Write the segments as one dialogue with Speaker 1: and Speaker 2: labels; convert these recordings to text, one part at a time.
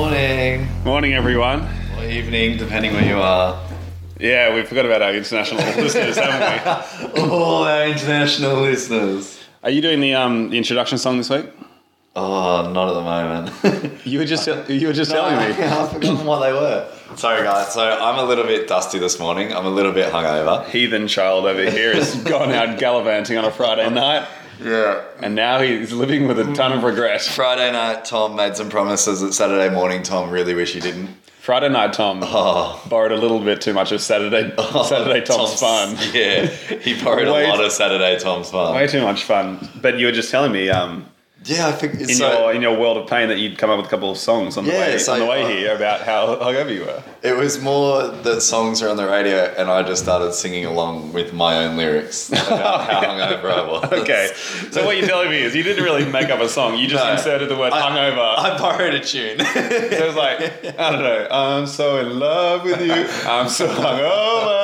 Speaker 1: morning. Morning, everyone.
Speaker 2: Or evening, depending where you are.
Speaker 1: Yeah, we forgot about our international listeners, haven't we?
Speaker 2: All our international listeners.
Speaker 1: Are you doing the um the introduction song this week?
Speaker 2: Oh, not at the moment.
Speaker 1: You were just you were just telling me.
Speaker 2: I've forgotten what they were. Sorry, guys. So I'm a little bit dusty this morning. I'm a little bit hungover.
Speaker 1: Heathen child over here has gone out gallivanting on a Friday night,
Speaker 2: Yeah.
Speaker 1: and now he's living with a ton of regret.
Speaker 2: Friday night, Tom made some promises that Saturday morning, Tom really wish he didn't.
Speaker 1: Friday night, Tom
Speaker 2: Oh,
Speaker 1: borrowed a little bit too much of Saturday Saturday Oh, Tom's fun.
Speaker 2: Yeah, he borrowed
Speaker 1: Way
Speaker 2: a lot
Speaker 1: too-
Speaker 2: of Saturday Tom's fun.
Speaker 1: Way too much fun. But you were just telling me um,
Speaker 2: Yeah, I think
Speaker 1: in
Speaker 2: so.
Speaker 1: your in your world of pain that you'd come up with a couple of songs on the
Speaker 2: Yeah,
Speaker 1: way
Speaker 2: so,
Speaker 1: on the way
Speaker 2: uh,
Speaker 1: here about how hungover you were.
Speaker 2: It was more that songs were on the radio and I just started singing along with my own lyrics about how hungover I was.
Speaker 1: Okay, so what you're telling me is you didn't really make up a song. You just
Speaker 2: No.
Speaker 1: inserted the word
Speaker 2: I-
Speaker 1: hungover.
Speaker 2: I borrowed a tune.
Speaker 1: so it was like I don't know. I'm so in love with you. I'm so hungover.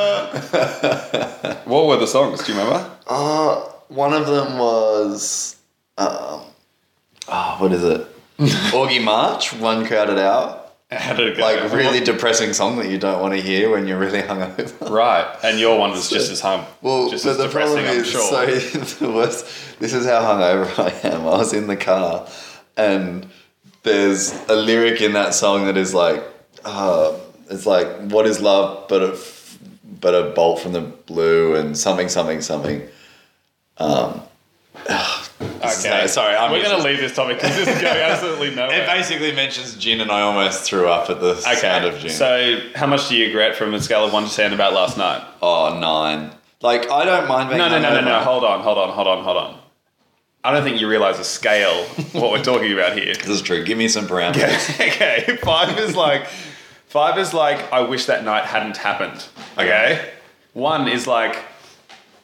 Speaker 1: what were the songs? Do you remember?
Speaker 2: uh, one of them was, um, oh, what is it? Augie March, One Crowded Hour.
Speaker 1: How did it go?
Speaker 2: Like, really depressing song that you don't want to hear when you're really hungover.
Speaker 1: right. And your one was just as hum.
Speaker 2: Well,
Speaker 1: just
Speaker 2: but
Speaker 1: as
Speaker 2: the
Speaker 1: depressing.
Speaker 2: problem
Speaker 1: I'm
Speaker 2: is,
Speaker 1: sure.
Speaker 2: so the worst, this is how hungover I am. I was in the car, and there's a lyric in that song that is like, uh, it's like, "What is love but a f- but a bolt from the blue and something something something."
Speaker 1: okay,
Speaker 2: so- sorry, I'm
Speaker 1: We're going to
Speaker 2: just-
Speaker 1: leave this topic because this is going absolutely
Speaker 2: It
Speaker 1: nowhere.
Speaker 2: basically mentions gin, and I almost threw up at the sound of
Speaker 1: Okay.
Speaker 2: gin.
Speaker 1: So, how much do you regret from a scale of one to ten about last night?
Speaker 2: oh nine. Like I don't mind being
Speaker 1: No, no, no, no, no.
Speaker 2: hungover.
Speaker 1: Hold on, hold on, hold on, hold on. I don't think you realise the scale what we're talking about here.
Speaker 2: This is true. Give me some parameters.
Speaker 1: okay, five is like five is like I wish that night hadn't happened. Okay, one is like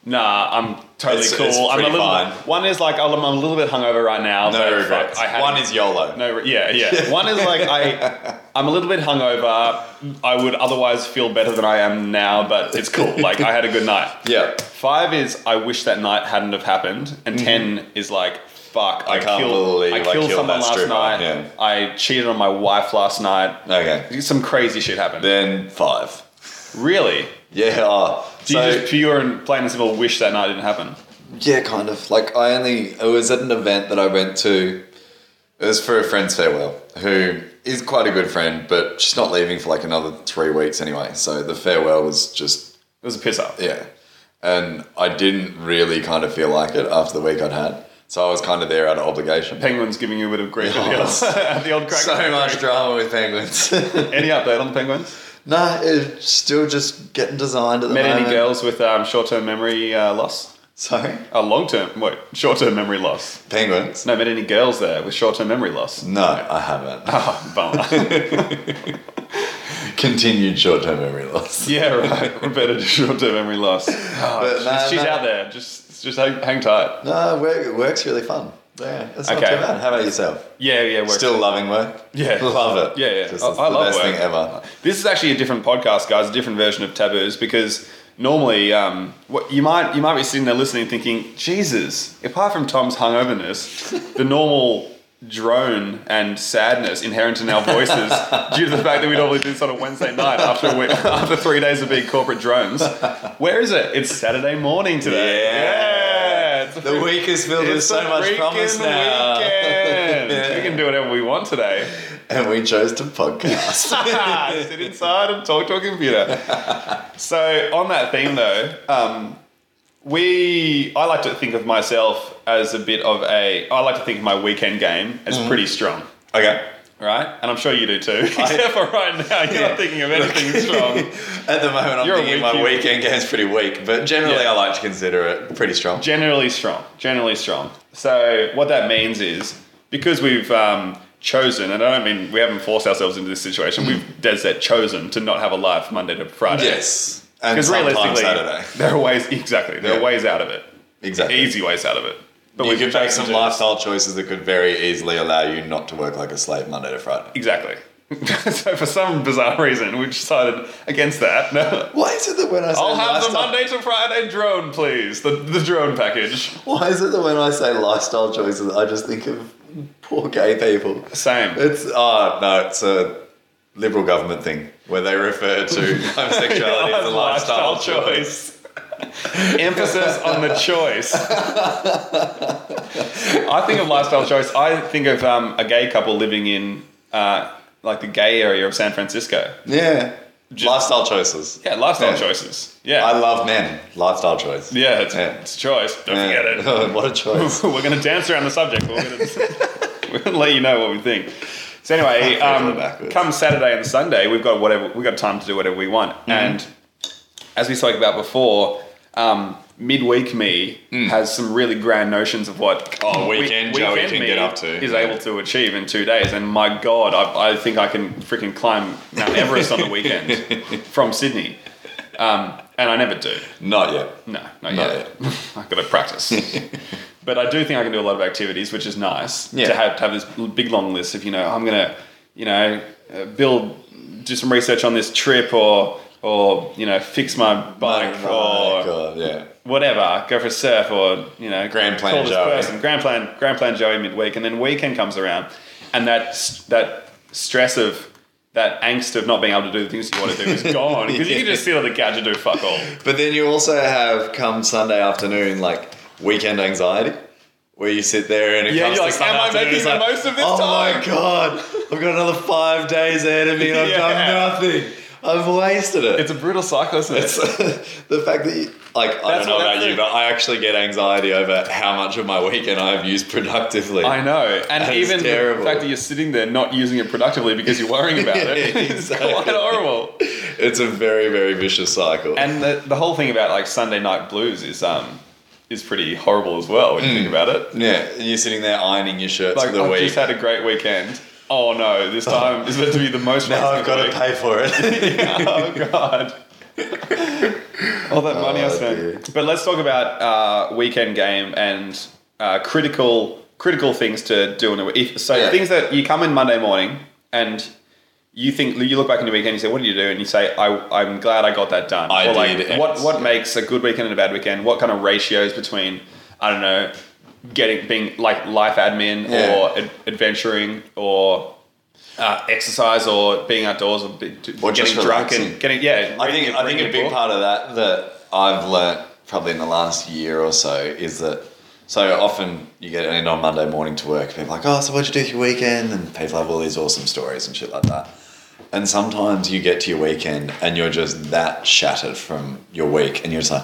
Speaker 1: nah, I'm totally
Speaker 2: It's-
Speaker 1: cool.
Speaker 2: it's
Speaker 1: I'm a
Speaker 2: pretty
Speaker 1: little.
Speaker 2: fine.
Speaker 1: One is like I'm, I'm a little bit hungover right now.
Speaker 2: No
Speaker 1: but fuck,
Speaker 2: regrets.
Speaker 1: I had
Speaker 2: One is YOLO.
Speaker 1: no. re- Yeah, yeah. One is like I. I'm a little bit hungover. I would otherwise feel better than I am now, but it's cool. Like I had a good night.
Speaker 2: Yeah.
Speaker 1: Five is I wish that night hadn't have happened, and ten is like fuck. I,
Speaker 2: can't
Speaker 1: killed,
Speaker 2: believe
Speaker 1: I
Speaker 2: Mm-hmm. I
Speaker 1: killed,
Speaker 2: killed
Speaker 1: someone
Speaker 2: that
Speaker 1: last
Speaker 2: stripper,
Speaker 1: night.
Speaker 2: yeah.
Speaker 1: I cheated on my wife last night.
Speaker 2: Okay.
Speaker 1: Some crazy shit happened.
Speaker 2: Then five.
Speaker 1: Really?
Speaker 2: Yeah. Oh.
Speaker 1: Do you just pure and plain and simple wish that night didn't happen?
Speaker 2: Yeah, kind of. Like I only it was at an event that I went to. It was for a friend's farewell, who is quite a good friend, but she's not leaving for like another three weeks anyway. So the farewell was just
Speaker 1: It was a piss up.
Speaker 2: yeah, and I didn't really kind of feel like it after the week I'd had. So I was kind of there out of obligation.
Speaker 1: Penguins giving you a bit of grief at, the
Speaker 2: Yes.
Speaker 1: old, at the old crack.
Speaker 2: So much drama with penguins.
Speaker 1: Any update on the Penguins?
Speaker 2: no, it's still just getting designed at the
Speaker 1: Met
Speaker 2: moment.
Speaker 1: any girls with um, short-term memory uh, loss?
Speaker 2: Sorry,
Speaker 1: A long-term, wait, short-term memory loss.
Speaker 2: penguins.
Speaker 1: No, met any girls there with short-term memory loss?
Speaker 2: No, I haven't.
Speaker 1: Oh, bummer.
Speaker 2: Continued short-term memory loss.
Speaker 1: yeah, right. We're better to short-term memory loss. Oh,
Speaker 2: But
Speaker 1: she's
Speaker 2: no,
Speaker 1: she's
Speaker 2: no.
Speaker 1: out there. Just, just hang, hang tight.
Speaker 2: No, work, work's really fun. Yeah, it's not
Speaker 1: Okay.
Speaker 2: too bad. How about yourself?
Speaker 1: Yeah, yeah. We're
Speaker 2: Still loving work?
Speaker 1: Yeah.
Speaker 2: Love it.
Speaker 1: Yeah, yeah.
Speaker 2: Just,
Speaker 1: I-
Speaker 2: it's
Speaker 1: I
Speaker 2: the
Speaker 1: love
Speaker 2: best
Speaker 1: work.
Speaker 2: thing ever.
Speaker 1: This is actually a different podcast, guys. A different version of taboos because normally, um, what you might you might be sitting there listening, thinking, Jesus. Apart from Tom's hungoverness, the normal drone and sadness inherent in our voices due to the fact that we normally do this on a Wednesday night after a week, after three days of being corporate drones. Where is it? It's Saturday morning today.
Speaker 2: Yeah.
Speaker 1: it's a
Speaker 2: The week is filled with
Speaker 1: it's
Speaker 2: so
Speaker 1: a
Speaker 2: much promise
Speaker 1: freaking
Speaker 2: now.
Speaker 1: weekend.
Speaker 2: Yeah.
Speaker 1: We can do whatever we want today. Ah,
Speaker 2: And we chose to podcast.
Speaker 1: Sit inside and talk to a computer. so on that theme though, um, we I like to think of myself as a bit of a I like to think of my weekend game as
Speaker 2: Mm.
Speaker 1: pretty strong.
Speaker 2: okay.
Speaker 1: Right? And I'm sure you do too. Except for right now, you're not thinking of anything strong.
Speaker 2: At the moment, I'm
Speaker 1: You're a
Speaker 2: thinking my
Speaker 1: weekend-
Speaker 2: weekend game's pretty weak, but generally
Speaker 1: Yeah.
Speaker 2: I like to consider it pretty strong.
Speaker 1: Generally strong. Generally strong. So what that means is because we've um, chosen, and I don't mean we haven't forced ourselves into this situation. We've dead set chosen to not have a life Monday to Friday.
Speaker 2: yes. And
Speaker 1: Because
Speaker 2: sometimes
Speaker 1: realistically,
Speaker 2: Saturday.
Speaker 1: there are ways. Exactly, there
Speaker 2: Yeah.
Speaker 1: are ways out of it.
Speaker 2: Exactly.
Speaker 1: Easy ways out of it. But
Speaker 2: You
Speaker 1: we've
Speaker 2: could make
Speaker 1: chosen
Speaker 2: some
Speaker 1: to-
Speaker 2: lifestyle choices that could very easily allow you not to work like a slave Monday to Friday.
Speaker 1: Exactly. so for some bizarre reason, we decided against that. No.
Speaker 2: Why is it that when I say
Speaker 1: I'll have the
Speaker 2: lifestyle-
Speaker 1: Monday to Friday drone, please. The the drone package.
Speaker 2: Why is it that when I say lifestyle choices, I just think of poor gay people? ah,
Speaker 1: Same.
Speaker 2: It's oh no, it's a liberal government thing where they refer to homosexuality as a lifestyle, choice.
Speaker 1: Emphasis on the choice. I think of lifestyle choice. I think of um, a gay couple living in uh, like the gay area of San Francisco.
Speaker 2: Yeah. lifestyle choices.
Speaker 1: Yeah, lifestyle
Speaker 2: Yeah.
Speaker 1: choices. Yeah,
Speaker 2: Oh. I love men. Lifestyle choice.
Speaker 1: yeah, it's,
Speaker 2: Yeah.
Speaker 1: it's a choice. Don't
Speaker 2: Yeah.
Speaker 1: forget it.
Speaker 2: what a choice.
Speaker 1: We're going to dance around the subject. We're going to we're gonna let you know what we think. So anyway,
Speaker 2: Can't go
Speaker 1: um,
Speaker 2: backwards.
Speaker 1: come Saturday and Sunday, we've got whatever we've got time to do whatever we want.
Speaker 2: Mm-hmm.
Speaker 1: And as we spoke about before, um, midweek me has some really grand notions of what
Speaker 2: Mm. Oh,
Speaker 1: we-
Speaker 2: weekend Joey can
Speaker 1: me
Speaker 2: get up to.
Speaker 1: is
Speaker 2: Yeah.
Speaker 1: able to achieve in two days. And my God, I, I think I can freaking climb Mount Everest on the weekend from Sydney. Um, and I never do.
Speaker 2: Not yet.
Speaker 1: No, not,
Speaker 2: Not
Speaker 1: yet. I've got to practice. but I do think I can do a lot of activities, which is nice
Speaker 2: Yeah.
Speaker 1: to have to have this l- big long list of you know I'm gonna you know uh, build do some research on this trip or or you know fix my bike
Speaker 2: Oh,
Speaker 1: or
Speaker 2: God, yeah.
Speaker 1: whatever go for a surf or you know
Speaker 2: Grand plan
Speaker 1: call this
Speaker 2: Joey.
Speaker 1: person grand plan grand plan Joey midweek and then weekend comes around and that s- that stress of that angst of not being able to do the things you want to do is gone because you can just sit on the couch and do fuck all.
Speaker 2: But then you also have come Sunday afternoon, like weekend anxiety, where you sit there and it
Speaker 1: Yeah,
Speaker 2: comes
Speaker 1: you're
Speaker 2: to
Speaker 1: like,
Speaker 2: Sunday
Speaker 1: "Am I
Speaker 2: afternoon,
Speaker 1: making
Speaker 2: it's
Speaker 1: the
Speaker 2: like,
Speaker 1: most of this
Speaker 2: oh
Speaker 1: time?"
Speaker 2: my god, I've got another five days ahead of me and I've
Speaker 1: Yeah.
Speaker 2: done nothing. I've wasted it.
Speaker 1: It's a brutal cycle, isn't it?
Speaker 2: It's the fact that you, like I don't
Speaker 1: That's
Speaker 2: know
Speaker 1: what-
Speaker 2: about
Speaker 1: that's
Speaker 2: you,
Speaker 1: it.
Speaker 2: but I actually get anxiety over how much of my weekend I've used productively.
Speaker 1: I know, and
Speaker 2: That is
Speaker 1: even the
Speaker 2: terrible.
Speaker 1: fact that you're sitting there not using it productively because you're worrying about it
Speaker 2: Yeah,
Speaker 1: is
Speaker 2: exactly.
Speaker 1: quite horrible.
Speaker 2: It's a very very vicious cycle.
Speaker 1: And the, the whole thing about like Sunday night blues is um is pretty horrible as well when you think about it.
Speaker 2: yeah, and you're sitting there ironing your shirts
Speaker 1: Like
Speaker 2: for Mm. the
Speaker 1: I've
Speaker 2: week.
Speaker 1: just had a great weekend. Oh no, this time is meant to be the most.
Speaker 2: now I've
Speaker 1: fun
Speaker 2: got
Speaker 1: of
Speaker 2: to
Speaker 1: the
Speaker 2: pay for it.
Speaker 1: week. oh god. All that money I
Speaker 2: Oh,
Speaker 1: spent.
Speaker 2: dear.
Speaker 1: But let's talk about uh, weekend game and uh, critical critical things to do in a week. If- So
Speaker 2: Yeah.
Speaker 1: things that you come in Monday morning and you think you look back in the weekend, you say, "What do you do?" And you say, I, "I'm glad I got that done."
Speaker 2: I
Speaker 1: or like,
Speaker 2: did X,
Speaker 1: what what
Speaker 2: yeah.
Speaker 1: makes a good weekend and a bad weekend? What kind of ratios between I don't know, getting being like life admin
Speaker 2: Yeah.
Speaker 1: or ad- adventuring or uh, exercise or being outdoors or, be,
Speaker 2: Or
Speaker 1: getting
Speaker 2: just
Speaker 1: drunk
Speaker 2: relaxing.
Speaker 1: and getting yeah.
Speaker 2: I
Speaker 1: reading
Speaker 2: think
Speaker 1: a-
Speaker 2: I think
Speaker 1: reading
Speaker 2: a big
Speaker 1: book.
Speaker 2: part of that that I've learnt probably in the last year or so is that so often you get in on Monday morning to work, people are like, Oh, so what'd you do with your weekend? And people have all these awesome stories and shit like that. And sometimes you get to your weekend and you're just that shattered from your week and you're just like,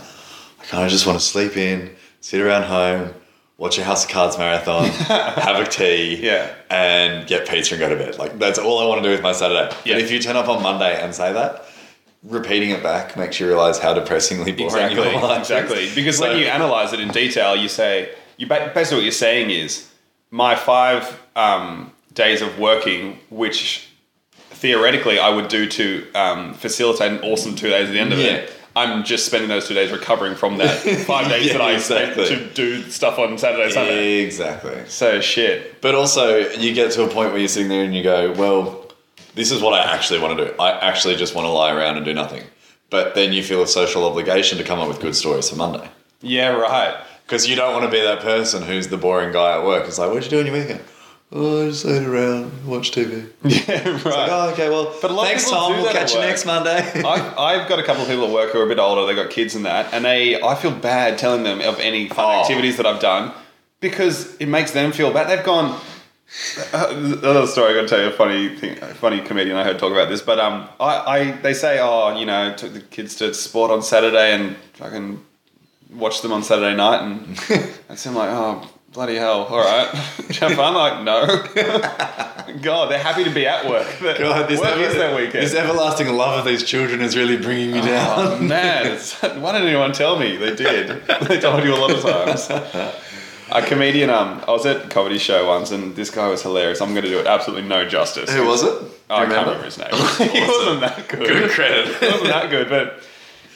Speaker 2: I kinda just wanna sleep in, sit around home, watch a House of Cards marathon, have a tea
Speaker 1: Yeah.
Speaker 2: and get pizza and go to bed. Like that's all I want to do with my Saturday. But
Speaker 1: Yeah.
Speaker 2: if you turn up on Monday and say that, repeating it back makes you realize how depressingly boring
Speaker 1: exactly,
Speaker 2: your life is.
Speaker 1: exactly. Because
Speaker 2: So-
Speaker 1: when you analyze it in detail, you say you ba- basically what you're saying is my five um, days of working, which theoretically I would do to um, facilitate an awesome two days at the end of
Speaker 2: Yeah.
Speaker 1: it. I'm just spending those two days recovering from that five days
Speaker 2: Yeah,
Speaker 1: that I
Speaker 2: exactly.
Speaker 1: spent to do stuff on Saturday, Sunday.
Speaker 2: exactly.
Speaker 1: So shit.
Speaker 2: But also, you get to a point where you're sitting there and you go, well, this is what I actually want to do. I actually just want to lie around and do nothing. But then you feel a social obligation to come up with good stories for Monday.
Speaker 1: Yeah, right.
Speaker 2: Because you don't want to be that person who's the boring guy at work. It's like, what'd you do on your weekend? Oh, I just laid around, watched TV.
Speaker 1: Yeah, right.
Speaker 2: Oh, okay, well,
Speaker 1: But a lot of
Speaker 2: thanks,
Speaker 1: people
Speaker 2: Tom.
Speaker 1: do
Speaker 2: We'll
Speaker 1: that at
Speaker 2: catch you
Speaker 1: work.
Speaker 2: next Monday.
Speaker 1: I, I've got a couple of people at work who are a bit older. They got kids and that, and they I feel bad telling them of any fun
Speaker 2: Oh.
Speaker 1: activities that I've done because it makes them feel bad. They've gone. Uh, another story I got to tell you a funny thing, a funny comedian I heard talk about this, but um, I, I they say oh you know took the kids to sport on Saturday and fucking watched them on Saturday night and I seem like oh bloody hell all right Did you have fun like no God they're happy to be at work
Speaker 2: God, this,
Speaker 1: work
Speaker 2: ever-
Speaker 1: is their weekend
Speaker 2: this everlasting love of these children is really bringing me down.
Speaker 1: Oh man, it's- why didn't anyone tell me? They did. They told you a lot of times. A comedian, um, I was at a comedy show once, and this guy was hilarious. I'm going to do it absolutely no justice.
Speaker 2: Who was it? Do you
Speaker 1: Oh, I can't
Speaker 2: remember?
Speaker 1: remember his name. He wasn't that good. Good credit. He wasn't that good, but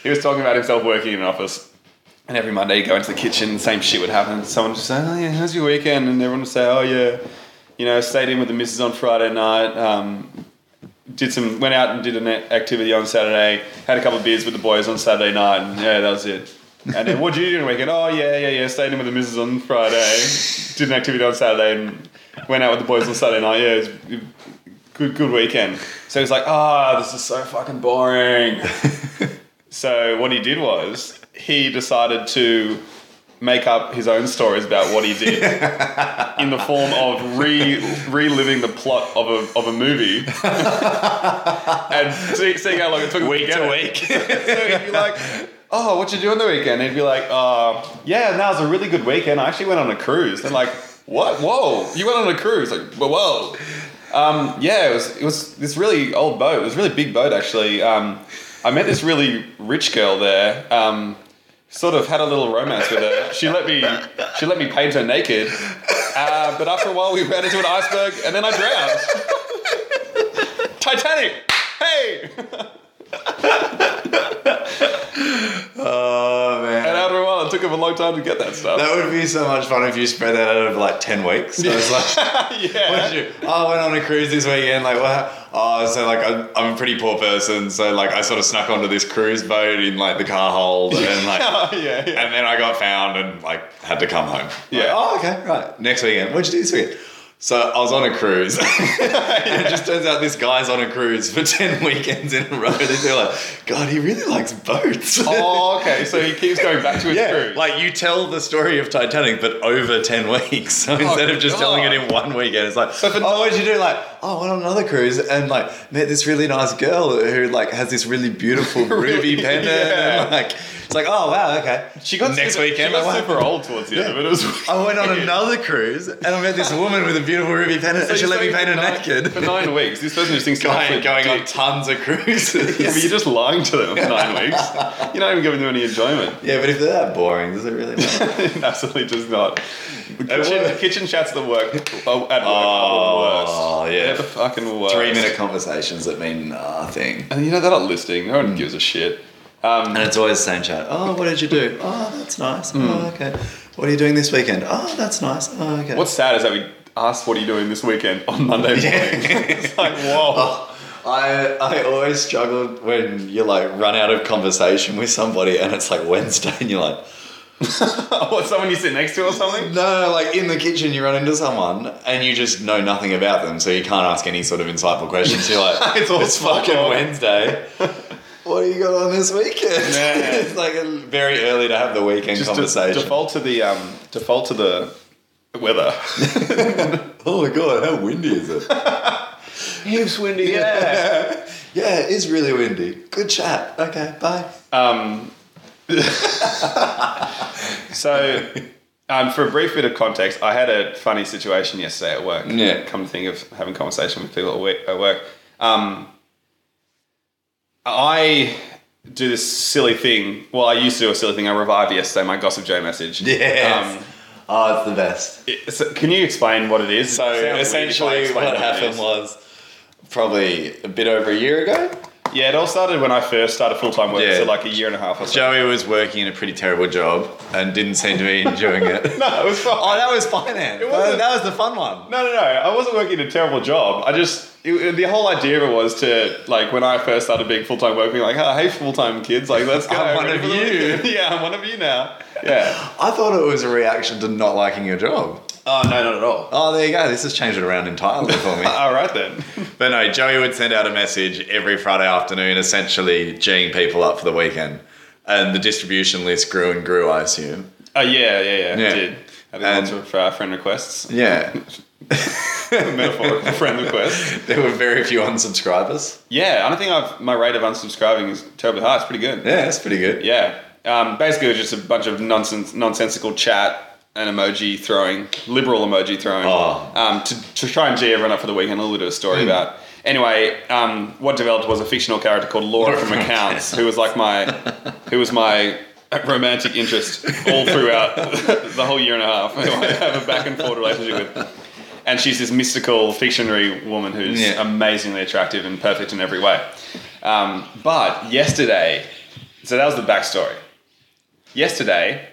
Speaker 1: he was talking about himself working in an office. And every Monday you go into the kitchen, the same shit would happen. Someone would just say, "Oh yeah, how's your weekend?" And everyone would say, "Oh yeah, you know, stayed in with the missus on Friday night. Um, did some, went out and did an a- activity on Saturday. Had a couple of beers with the boys on Saturday night, and yeah, that was it." And then, what did you do in the weekend? Oh yeah, yeah, yeah. Stayed in with the missus on Friday. Did an activity on Saturday, and went out with the boys on Saturday night. Yeah, it was, good good weekend. So he's like, ah, this is so fucking boring. so what he did was he decided to make up his own stories about what he did in the form of re- reliving the plot of a, of a movie and see, seeing how long it took week to week. so he'd be like, "Oh, what you do on the weekend?" He'd be like, uh, "Yeah, that was a really good weekend. I actually went on a cruise." They're like, "What? Whoa, you went on a cruise? Like, whoa, whoa." Um, yeah, it was it was this really old boat. It was a really big boat actually. Um, I met this really rich girl there. Um, sort of had a little romance with her. She let me she let me paint her naked. Uh, but after a while, we ran into an iceberg, and then I drowned. Titanic. Hey.
Speaker 2: Oh
Speaker 1: And
Speaker 2: man.
Speaker 1: after a while, it took him a long time to get that stuff.
Speaker 2: That would be so much fun if you spread that out over like ten weeks. I was like, What
Speaker 1: yeah.
Speaker 2: did you? Oh, I went on a cruise this weekend. Like, what? Oh, so like I'm, I'm a pretty poor person, so like I sort of snuck onto this cruise boat in like the car hold, and like,
Speaker 1: Oh, yeah, yeah.
Speaker 2: and then I got found and like had to come home. Like,
Speaker 1: Yeah.
Speaker 2: oh, okay, right. Next weekend. What'd you do this weekend? So I was on a cruise. and it just turns out this guy's on a cruise for ten weekends in a row. And they're like, God, he really likes boats.
Speaker 1: Oh, okay. So he keeps going back to his
Speaker 2: Yeah,
Speaker 1: cruise.
Speaker 2: like you tell the story of Titanic, but over ten weeks. So instead of just telling it
Speaker 1: Oh, God.
Speaker 2: in one weekend, it's like,
Speaker 1: for-
Speaker 2: oh, what'd you do? Like, oh, I went on another cruise and like met this really nice girl who like has this really beautiful ruby pendant.
Speaker 1: yeah.
Speaker 2: And, like, it's like, oh wow, okay.
Speaker 1: she got
Speaker 2: next
Speaker 1: super,
Speaker 2: weekend.
Speaker 1: She got
Speaker 2: I went,
Speaker 1: super old towards the end of it. It was.
Speaker 2: I went on
Speaker 1: weird.
Speaker 2: another cruise and I met this woman with a beautiful ruby pendant,
Speaker 1: So
Speaker 2: and she
Speaker 1: you're
Speaker 2: let me
Speaker 1: saying
Speaker 2: paint her
Speaker 1: for nine-
Speaker 2: naked.
Speaker 1: for nine weeks. This person just thinks
Speaker 2: Going,
Speaker 1: going,
Speaker 2: going on tons of cruises.
Speaker 1: Yeah, but you're just lying to them for nine weeks. You're not even giving them any enjoyment.
Speaker 2: Yeah, but if they're that boring, does it really matter?
Speaker 1: Absolutely does not. Kitchen,
Speaker 2: work.
Speaker 1: kitchen chats that work oh, at work
Speaker 2: Oh,
Speaker 1: are the worst.
Speaker 2: yeah.
Speaker 1: They're the fucking worst.
Speaker 2: Three minute conversations that mean nothing.
Speaker 1: And you know they're not listening. No one gives a shit. Um,
Speaker 2: And it's always the same chat. Oh, what did you do? Oh, that's nice.
Speaker 1: Hmm.
Speaker 2: Oh, okay. What are you doing this weekend? Oh, that's nice. Oh, okay.
Speaker 1: what's sad is that we asked, "What are you doing this weekend?" on Monday morning. it's like, whoa.
Speaker 2: Oh, I I always struggled when you like run out of conversation with somebody and it's like Wednesday and you're like,
Speaker 1: what? Someone you sit next to or something?
Speaker 2: no, no, like in the kitchen you run into someone and you just know nothing about them, so you can't ask any sort of insightful questions. You're like,
Speaker 1: It's all
Speaker 2: fucking
Speaker 1: fuck off."
Speaker 2: Wednesday. What do you got on this weekend?
Speaker 1: Yeah.
Speaker 2: it's like very early to have the weekend
Speaker 1: Just de-
Speaker 2: conversation.
Speaker 1: default to the um, default to the weather.
Speaker 2: Oh my god, how windy is it?
Speaker 1: Heaps windy. Yeah.
Speaker 2: yeah, it is really windy. Good chat. Okay, bye.
Speaker 1: Um, so, um, for a brief bit of context, I had a funny situation yesterday at work.
Speaker 2: Yeah.
Speaker 1: Come to think of having conversation with people at wo- at work. Um, I do this silly thing. Well, I used to do a silly thing. I revived yesterday my Gossip Joe message.
Speaker 2: Yes.
Speaker 1: Um,
Speaker 2: oh, it's the best.
Speaker 1: it- so can you explain what it is?
Speaker 2: So
Speaker 1: It sounds weird if I
Speaker 2: essentially,
Speaker 1: explain
Speaker 2: what
Speaker 1: it
Speaker 2: happened
Speaker 1: is.
Speaker 2: was probably a bit over a year ago.
Speaker 1: Yeah, it all started when I first started full time work,
Speaker 2: Yeah.
Speaker 1: so like a year and a half or so.
Speaker 2: Joey was working in a pretty terrible job and didn't seem to be enjoying it.
Speaker 1: No, it was fine.
Speaker 2: Oh, that was finance.
Speaker 1: It wasn't-
Speaker 2: That, that was the fun one.
Speaker 1: No, no, no. I wasn't working a terrible job. I just it, it- the whole idea of it was to like when I first started being full time work, being like, oh, hey, full time kids, like let's go.
Speaker 2: I'm one
Speaker 1: ready
Speaker 2: of
Speaker 1: for the
Speaker 2: you."
Speaker 1: weekend." yeah, I'm one of you now. Yeah.
Speaker 2: I thought it was a reaction to not liking your job.
Speaker 1: Oh no, not at all.
Speaker 2: Oh, there you go. This has changed it around entirely for me.
Speaker 1: Uh, All right then.
Speaker 2: But no, Joey would send out a message every Friday afternoon, essentially geeing people up for the weekend. And the distribution list grew and grew, I assume.
Speaker 1: Oh yeah, yeah, yeah.
Speaker 2: Yeah.
Speaker 1: I did. I did
Speaker 2: And-
Speaker 1: lots of uh, friend requests,
Speaker 2: Yeah.
Speaker 1: metaphorical friend requests.
Speaker 2: there were very few unsubscribers.
Speaker 1: Yeah, I don't think I've my rate of unsubscribing is terribly high. It's pretty good.
Speaker 2: Yeah, that's pretty good.
Speaker 1: Yeah. Um, basically, it was just a bunch of nonsense, nonsensical chat and emoji throwing, liberal emoji throwing,
Speaker 2: Oh.
Speaker 1: um, to, to try and gee everyone up for the weekend. A little bit of a story about. Anyway, um, what developed was a fictional character called Laura from
Speaker 2: from
Speaker 1: Accounts, who was like my, who was my romantic interest all throughout the whole year and a half. who I have a back and forth relationship with. And she's this mystical, fictionary woman who's
Speaker 2: Yeah.
Speaker 1: amazingly attractive and perfect in every way. Um, but yesterday, so that was the backstory. Yesterday,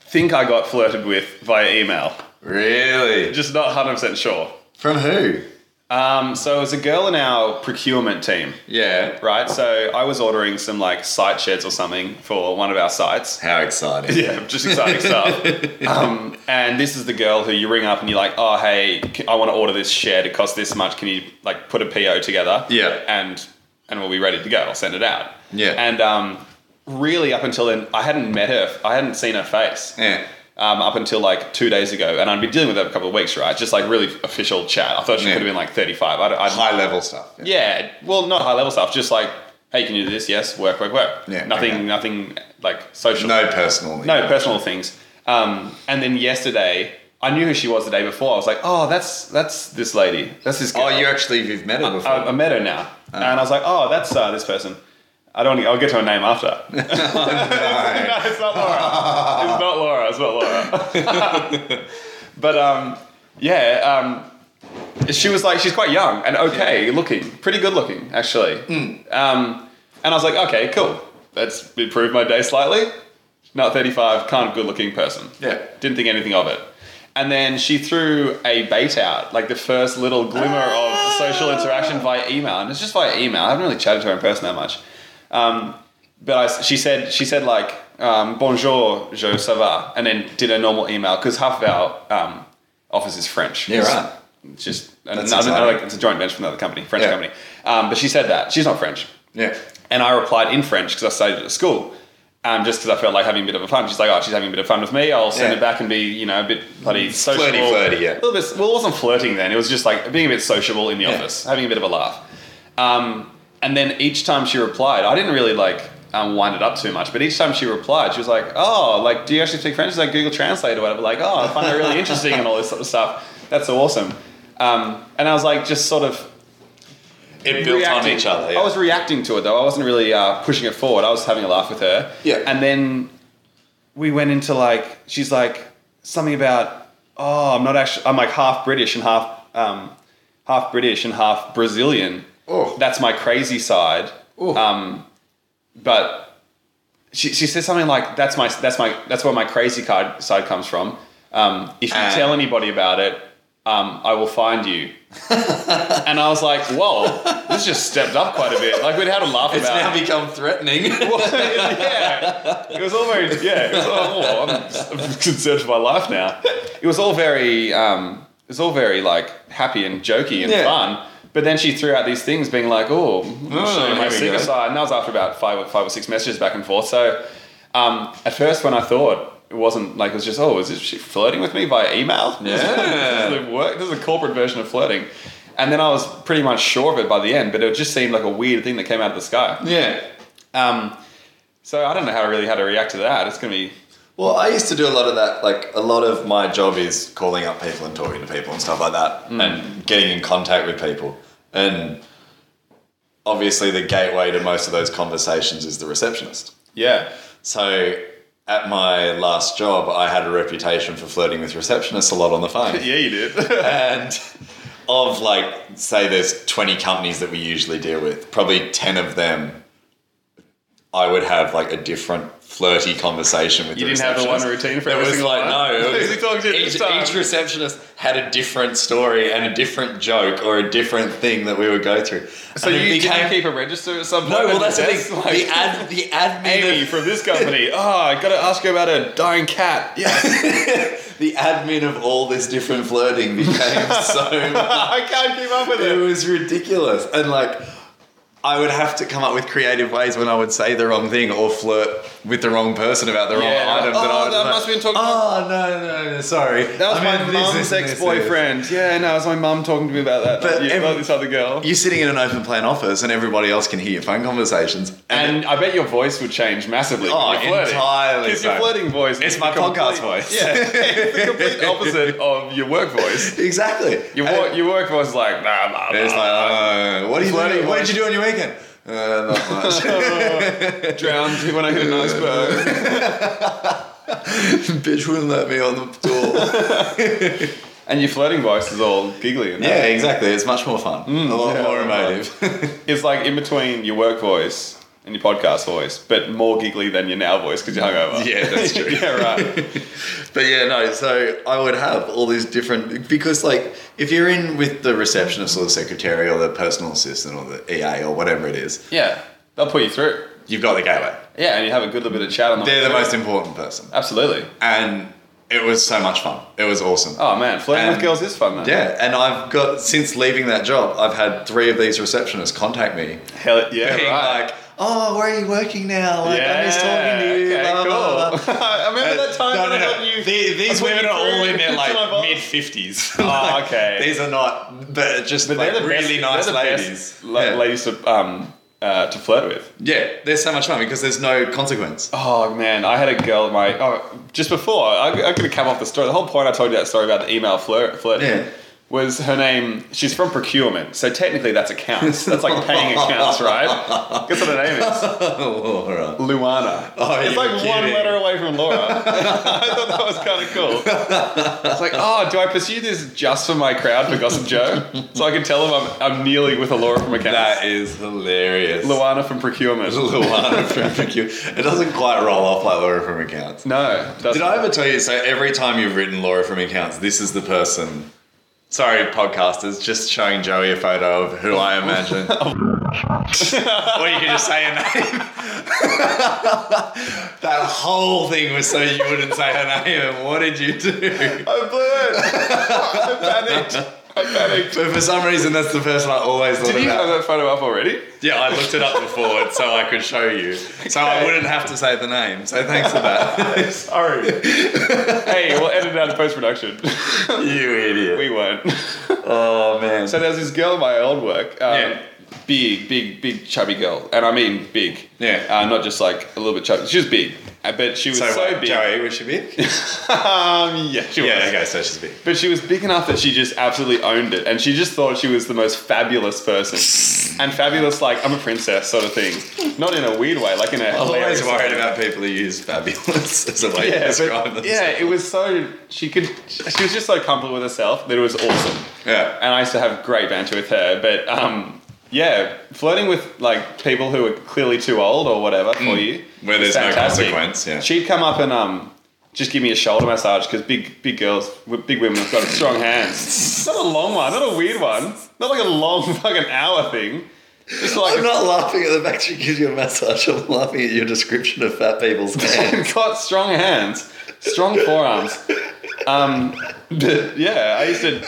Speaker 1: think I got flirted with via email.
Speaker 2: Really?
Speaker 1: Just not 100% sure.
Speaker 2: From who?
Speaker 1: Um, so it was a girl in our procurement team,
Speaker 2: Yeah.
Speaker 1: right? So I was ordering some like site sheds or something for one of our sites.
Speaker 2: How exciting.
Speaker 1: Yeah, just exciting stuff. Um, and this is the girl who you ring up and you're like, oh, hey, c- I want to order this shed. It costs this much. Can you like put a PO together?
Speaker 2: Yeah.
Speaker 1: And and we'll be ready to go. I'll send it out.
Speaker 2: Yeah.
Speaker 1: And um, really, up until then, I hadn't met her. I hadn't seen her face.
Speaker 2: Yeah.
Speaker 1: Um, up until like two days ago, and I'd been dealing with her for a couple of weeks, right? Just like really official chat. I thought she
Speaker 2: Yeah.
Speaker 1: could have been like 35. I'd, I'd,
Speaker 2: High level stuff.
Speaker 1: yeah, well, not high level stuff. Just like, hey, can you do this? Yes, work, work, work.
Speaker 2: Yeah,
Speaker 1: nothing,
Speaker 2: okay.
Speaker 1: nothing like social.
Speaker 2: No personal.
Speaker 1: No personal things. Um, and then yesterday, I knew who she was the day before. I was like, oh, that's that's this lady. That's this girl.
Speaker 2: Oh, you actually you've met her before.
Speaker 1: I, I met her now, and I was like, oh, that's uh, this person. I don't. I'll get to her name after. no, it's not Laura. It's not Laura. It's not Laura. but um, yeah, um, she was like, she's quite young and okay looking, pretty good looking actually. Um, and I was like, okay, cool. That's improved my day slightly. Not 35, kind of good looking person.
Speaker 2: Yeah.
Speaker 1: Didn't think anything of it. And then she threw a bait out, like the first little glimmer of social
Speaker 2: Ah.
Speaker 1: interaction via email. And it's just via email. I haven't really chatted to her in person that much. Um, but I, she said, she said like, um, bonjour, je, ça va? And then did a normal email because half of our um, office is French.
Speaker 2: Yeah, right.
Speaker 1: It's just
Speaker 2: That's
Speaker 1: another,
Speaker 2: exciting.
Speaker 1: another- it's a joint venture from another company, French
Speaker 2: Yeah.
Speaker 1: company. Um, but she said that. She's not French.
Speaker 2: Yeah.
Speaker 1: And I replied in French because I studied it at school, um, just because I felt like having a bit of a fun. She's like, oh, she's having a bit of fun with me. I'll send
Speaker 2: Yeah.
Speaker 1: it back and be, you know, a bit bloody sociable.
Speaker 2: flirty, yeah.
Speaker 1: A little bit, well, it wasn't flirting then. It was just like being a bit sociable in the
Speaker 2: Yeah.
Speaker 1: office, having a bit of a laugh. Um, and then each time she replied, I didn't really like um, wind it up too much, but each time she replied, she was like, oh, like, do you actually speak French? It's like Google Translate or whatever. Like, oh, I find that really interesting and all this sort of stuff. That's awesome. Um, and I was like, just sort of
Speaker 2: It built
Speaker 1: reacting-
Speaker 2: on each other. yeah.
Speaker 1: I was reacting to it though. I wasn't really uh, pushing it forward. I was having a laugh with her.
Speaker 2: Yeah.
Speaker 1: And then we went into like she's like something about oh I'm not actually I'm like half British and half um, half British and half Brazilian.
Speaker 2: Oh.
Speaker 1: That's my crazy side.
Speaker 2: Oh.
Speaker 1: Um, but she, she says something like that's my that's my that's where my crazy card, side comes from. Um, if you
Speaker 2: Ah.
Speaker 1: tell anybody about it, um, I will find you. and I was like, whoa, this just stepped up quite a bit. Like we'd had a laugh
Speaker 2: it's now
Speaker 1: about.
Speaker 2: become threatening.
Speaker 1: yeah, it was all very yeah. It was all, oh, I'm, I'm concerned for my life now. It was all very um, it was all very like happy and jokey and
Speaker 2: Yeah.
Speaker 1: fun. But then she threw out these things, being like, "Oh,
Speaker 2: Oh,
Speaker 1: I'll show you my
Speaker 2: here we go.
Speaker 1: secret side." And that was after about five or five or six messages back and forth. So um, at first, when I thought it wasn't like it was just, "Oh, is she flirting with me via email?"
Speaker 2: Yeah.
Speaker 1: this is the work. This is a corporate version of flirting. And then I was pretty much sure of it by the end, but it just seemed like a weird thing that came out of the sky.
Speaker 2: yeah.
Speaker 1: Um, so I don't know how really how to react to that. It's gonna be
Speaker 2: Well, I used to do a lot of that. Like, a lot of my job is calling up people and talking to people and stuff like that,
Speaker 1: Hmm.
Speaker 2: and getting in contact with people. And obviously, the gateway to most of those conversations is the receptionist.
Speaker 1: yeah,
Speaker 2: So, at my last job, I had a reputation for flirting with receptionists a lot on the phone.
Speaker 1: yeah, you did.
Speaker 2: and of like say there's 20 companies that we usually deal with probably 10 of them i would have like a different flirty conversation with
Speaker 1: You
Speaker 2: the
Speaker 1: didn't have the one
Speaker 2: receptionist.
Speaker 1: routine for
Speaker 2: it
Speaker 1: every
Speaker 2: was
Speaker 1: single
Speaker 2: like
Speaker 1: one?
Speaker 2: no it
Speaker 1: Who's
Speaker 2: was,
Speaker 1: he talking to
Speaker 2: each,
Speaker 1: this time?
Speaker 2: each receptionist had a different story and a different joke or a different thing that we would go through
Speaker 1: so
Speaker 2: And it
Speaker 1: you
Speaker 2: became-
Speaker 1: didn't keep a register at some point.
Speaker 2: no
Speaker 1: at
Speaker 2: well
Speaker 1: your
Speaker 2: that's the
Speaker 1: desk?
Speaker 2: thing
Speaker 1: Like,
Speaker 2: the, ad, the admin
Speaker 1: Amy
Speaker 2: of-
Speaker 1: from this company. Oh, I gotta ask you about a dying cat. Yeah,
Speaker 2: the admin of all this different flirting became so much
Speaker 1: I can't keep up with
Speaker 2: it
Speaker 1: it.
Speaker 2: was ridiculous. And like, I would have to come up with creative ways when I would say the wrong thing or flirt with the wrong person about the wrong
Speaker 1: Yeah.
Speaker 2: item. that
Speaker 1: Oh,
Speaker 2: I would
Speaker 1: that
Speaker 2: have
Speaker 1: must have been talking
Speaker 2: Oh no, no, no, sorry.
Speaker 1: That was
Speaker 2: I meant
Speaker 1: my
Speaker 2: this, this,
Speaker 1: mum's
Speaker 2: and this,
Speaker 1: ex boyfriend. Yeah, no, it was my mum talking to me about that.
Speaker 2: But
Speaker 1: But you,
Speaker 2: every-
Speaker 1: about this other girl.
Speaker 2: this. You're sitting in an open plan office, and everybody else can hear your phone conversations. And,
Speaker 1: and I bet your voice would change massively.
Speaker 2: Oh,
Speaker 1: when you're flirting.
Speaker 2: entirely
Speaker 1: Because your
Speaker 2: so.
Speaker 1: flirting voice
Speaker 2: It's
Speaker 1: is
Speaker 2: my
Speaker 1: the complete-
Speaker 2: podcast voice.
Speaker 1: Yeah, it's the complete opposite of your work voice.
Speaker 2: exactly.
Speaker 1: Your,
Speaker 2: And
Speaker 1: work, your work voice is like, nah, nah, nah.
Speaker 2: It's like, uh, what, do you
Speaker 1: Flirting
Speaker 2: do? what
Speaker 1: voice.
Speaker 2: did you do on your weekend? Uh, not much.
Speaker 1: drowned when I hit an iceberg.
Speaker 2: Bitch wouldn't let me on the door.
Speaker 1: and your flirting voice is all giggly. And
Speaker 2: Mm, yeah, exactly. It's much more fun. a lot
Speaker 1: yeah,
Speaker 2: more
Speaker 1: a lot more
Speaker 2: emotive.
Speaker 1: It's like in between your work voice in your podcast voice, but more giggly than your now voice because you're hungover.
Speaker 2: Yeah, that's true.
Speaker 1: yeah, right.
Speaker 2: But yeah, no, so I would have all these different because like if you're in with the receptionist or the secretary or the personal assistant or the EA or whatever it is,
Speaker 1: Yeah, they'll put you through.
Speaker 2: you've got the gateway.
Speaker 1: Yeah, and you have a good little bit of chat on the
Speaker 2: They're the most important person.
Speaker 1: Absolutely.
Speaker 2: And it was so much fun. It was awesome.
Speaker 1: Oh man, flirting
Speaker 2: And-
Speaker 1: with girls is fun though.
Speaker 2: Yeah, and I've got since leaving that job, I've had three of these receptionists contact me.
Speaker 1: Hell yeah,
Speaker 2: being
Speaker 1: right.
Speaker 2: like, Oh, where are you working now? Like I miss talking to you.
Speaker 1: okay,
Speaker 2: blah, blah, blah, blah.
Speaker 1: cool. I remember that time
Speaker 2: No,
Speaker 1: when
Speaker 2: no,
Speaker 1: I
Speaker 2: no.
Speaker 1: helped you.
Speaker 3: The- these
Speaker 1: I put
Speaker 3: women
Speaker 1: you
Speaker 3: are all
Speaker 1: through
Speaker 3: in their
Speaker 1: to my
Speaker 3: like
Speaker 1: boss.
Speaker 3: mid fifties.
Speaker 1: Oh, okay.
Speaker 2: These are not, but just
Speaker 1: But
Speaker 2: like
Speaker 1: they're the
Speaker 2: really nice
Speaker 1: best, they're the
Speaker 2: ladies.
Speaker 1: Best la-
Speaker 2: yeah.
Speaker 1: Ladies to um uh, to flirt with.
Speaker 2: yeah, they're so much fun because there's no consequence.
Speaker 1: Oh man, I had a girl at my oh just before I, I could have come off the story. The whole point I told you that story about the email flirt flirt
Speaker 2: Yeah.
Speaker 1: was her name. She's from procurement, so technically that's accounts. That's like paying accounts, right? Guess what her name is.
Speaker 2: Oh, all right.
Speaker 1: Luana.
Speaker 2: Oh, you
Speaker 1: it's
Speaker 2: were
Speaker 1: like one
Speaker 2: kidding.
Speaker 1: letter away from Laura. I thought that was kind of cool. It's like, oh, do I pursue this just for my crowd for Gossip Joe? So I can tell them I'm, I'm kneeling with a Laura from accounts.
Speaker 2: That is hilarious.
Speaker 1: Luana from procurement.
Speaker 2: Luana from accounts. It doesn't quite roll off like Laura from accounts.
Speaker 1: No. that's-
Speaker 2: Did I ever tell you? So every time you've written Laura from accounts, this is the person. Sorry, podcasters, just showing Joey a photo of who I imagine. or you can just say her name. that whole thing was so you wouldn't say her name. And what did you do?
Speaker 1: I blew it. I panicked. I panicked.
Speaker 2: But for some reason, that's the person I always thought
Speaker 1: Did you have
Speaker 2: about.
Speaker 1: that photo up already?
Speaker 2: Yeah, I looked it up before so I could show you. So I
Speaker 1: Okay.
Speaker 2: wouldn't have to say the name. So thanks for that.
Speaker 1: Sorry. hey, we'll edit it out of post production.
Speaker 2: you idiot.
Speaker 1: we won't.
Speaker 2: oh, man.
Speaker 1: So there's this girl in my old work. Um,
Speaker 2: Yeah.
Speaker 1: Big, big, big chubby girl. And I mean big.
Speaker 2: Yeah.
Speaker 1: Uh, not just like a little bit chubby. She was big. I bet she was so,
Speaker 2: so, what,
Speaker 1: big.
Speaker 2: Joey, was she big?
Speaker 1: um, yeah, she was.
Speaker 2: Yeah, okay, so she's big.
Speaker 1: But she was big enough that she just absolutely owned it. And she just thought she was the most fabulous person. and fabulous, like, I'm a princess sort of thing. Not in a weird way, like in a
Speaker 2: I'm always
Speaker 1: hilarious way.
Speaker 2: worried about people who use fabulous as a way to
Speaker 1: Yeah,
Speaker 2: describe
Speaker 1: but,
Speaker 2: themselves.
Speaker 1: yeah, it was so she could. She was just so comfortable with herself that it was awesome.
Speaker 2: Yeah.
Speaker 1: and I used to have great banter with her. But um, yeah, flirting with like people who are clearly too old or whatever for you,
Speaker 2: Mm. Where there's
Speaker 1: is
Speaker 2: no
Speaker 1: fantastic.
Speaker 2: consequence, yeah.
Speaker 1: she'd come up and um, just give me a shoulder massage because big big girls, with big women have got strong hands. Not a long one, not a weird one, not like a long fucking hour thing. Just like
Speaker 2: I'm not laughing at the fact she gives you a massage. I'm laughing at your description of fat people's hands.
Speaker 1: got strong hands, strong forearms. Um, but yeah, I used to,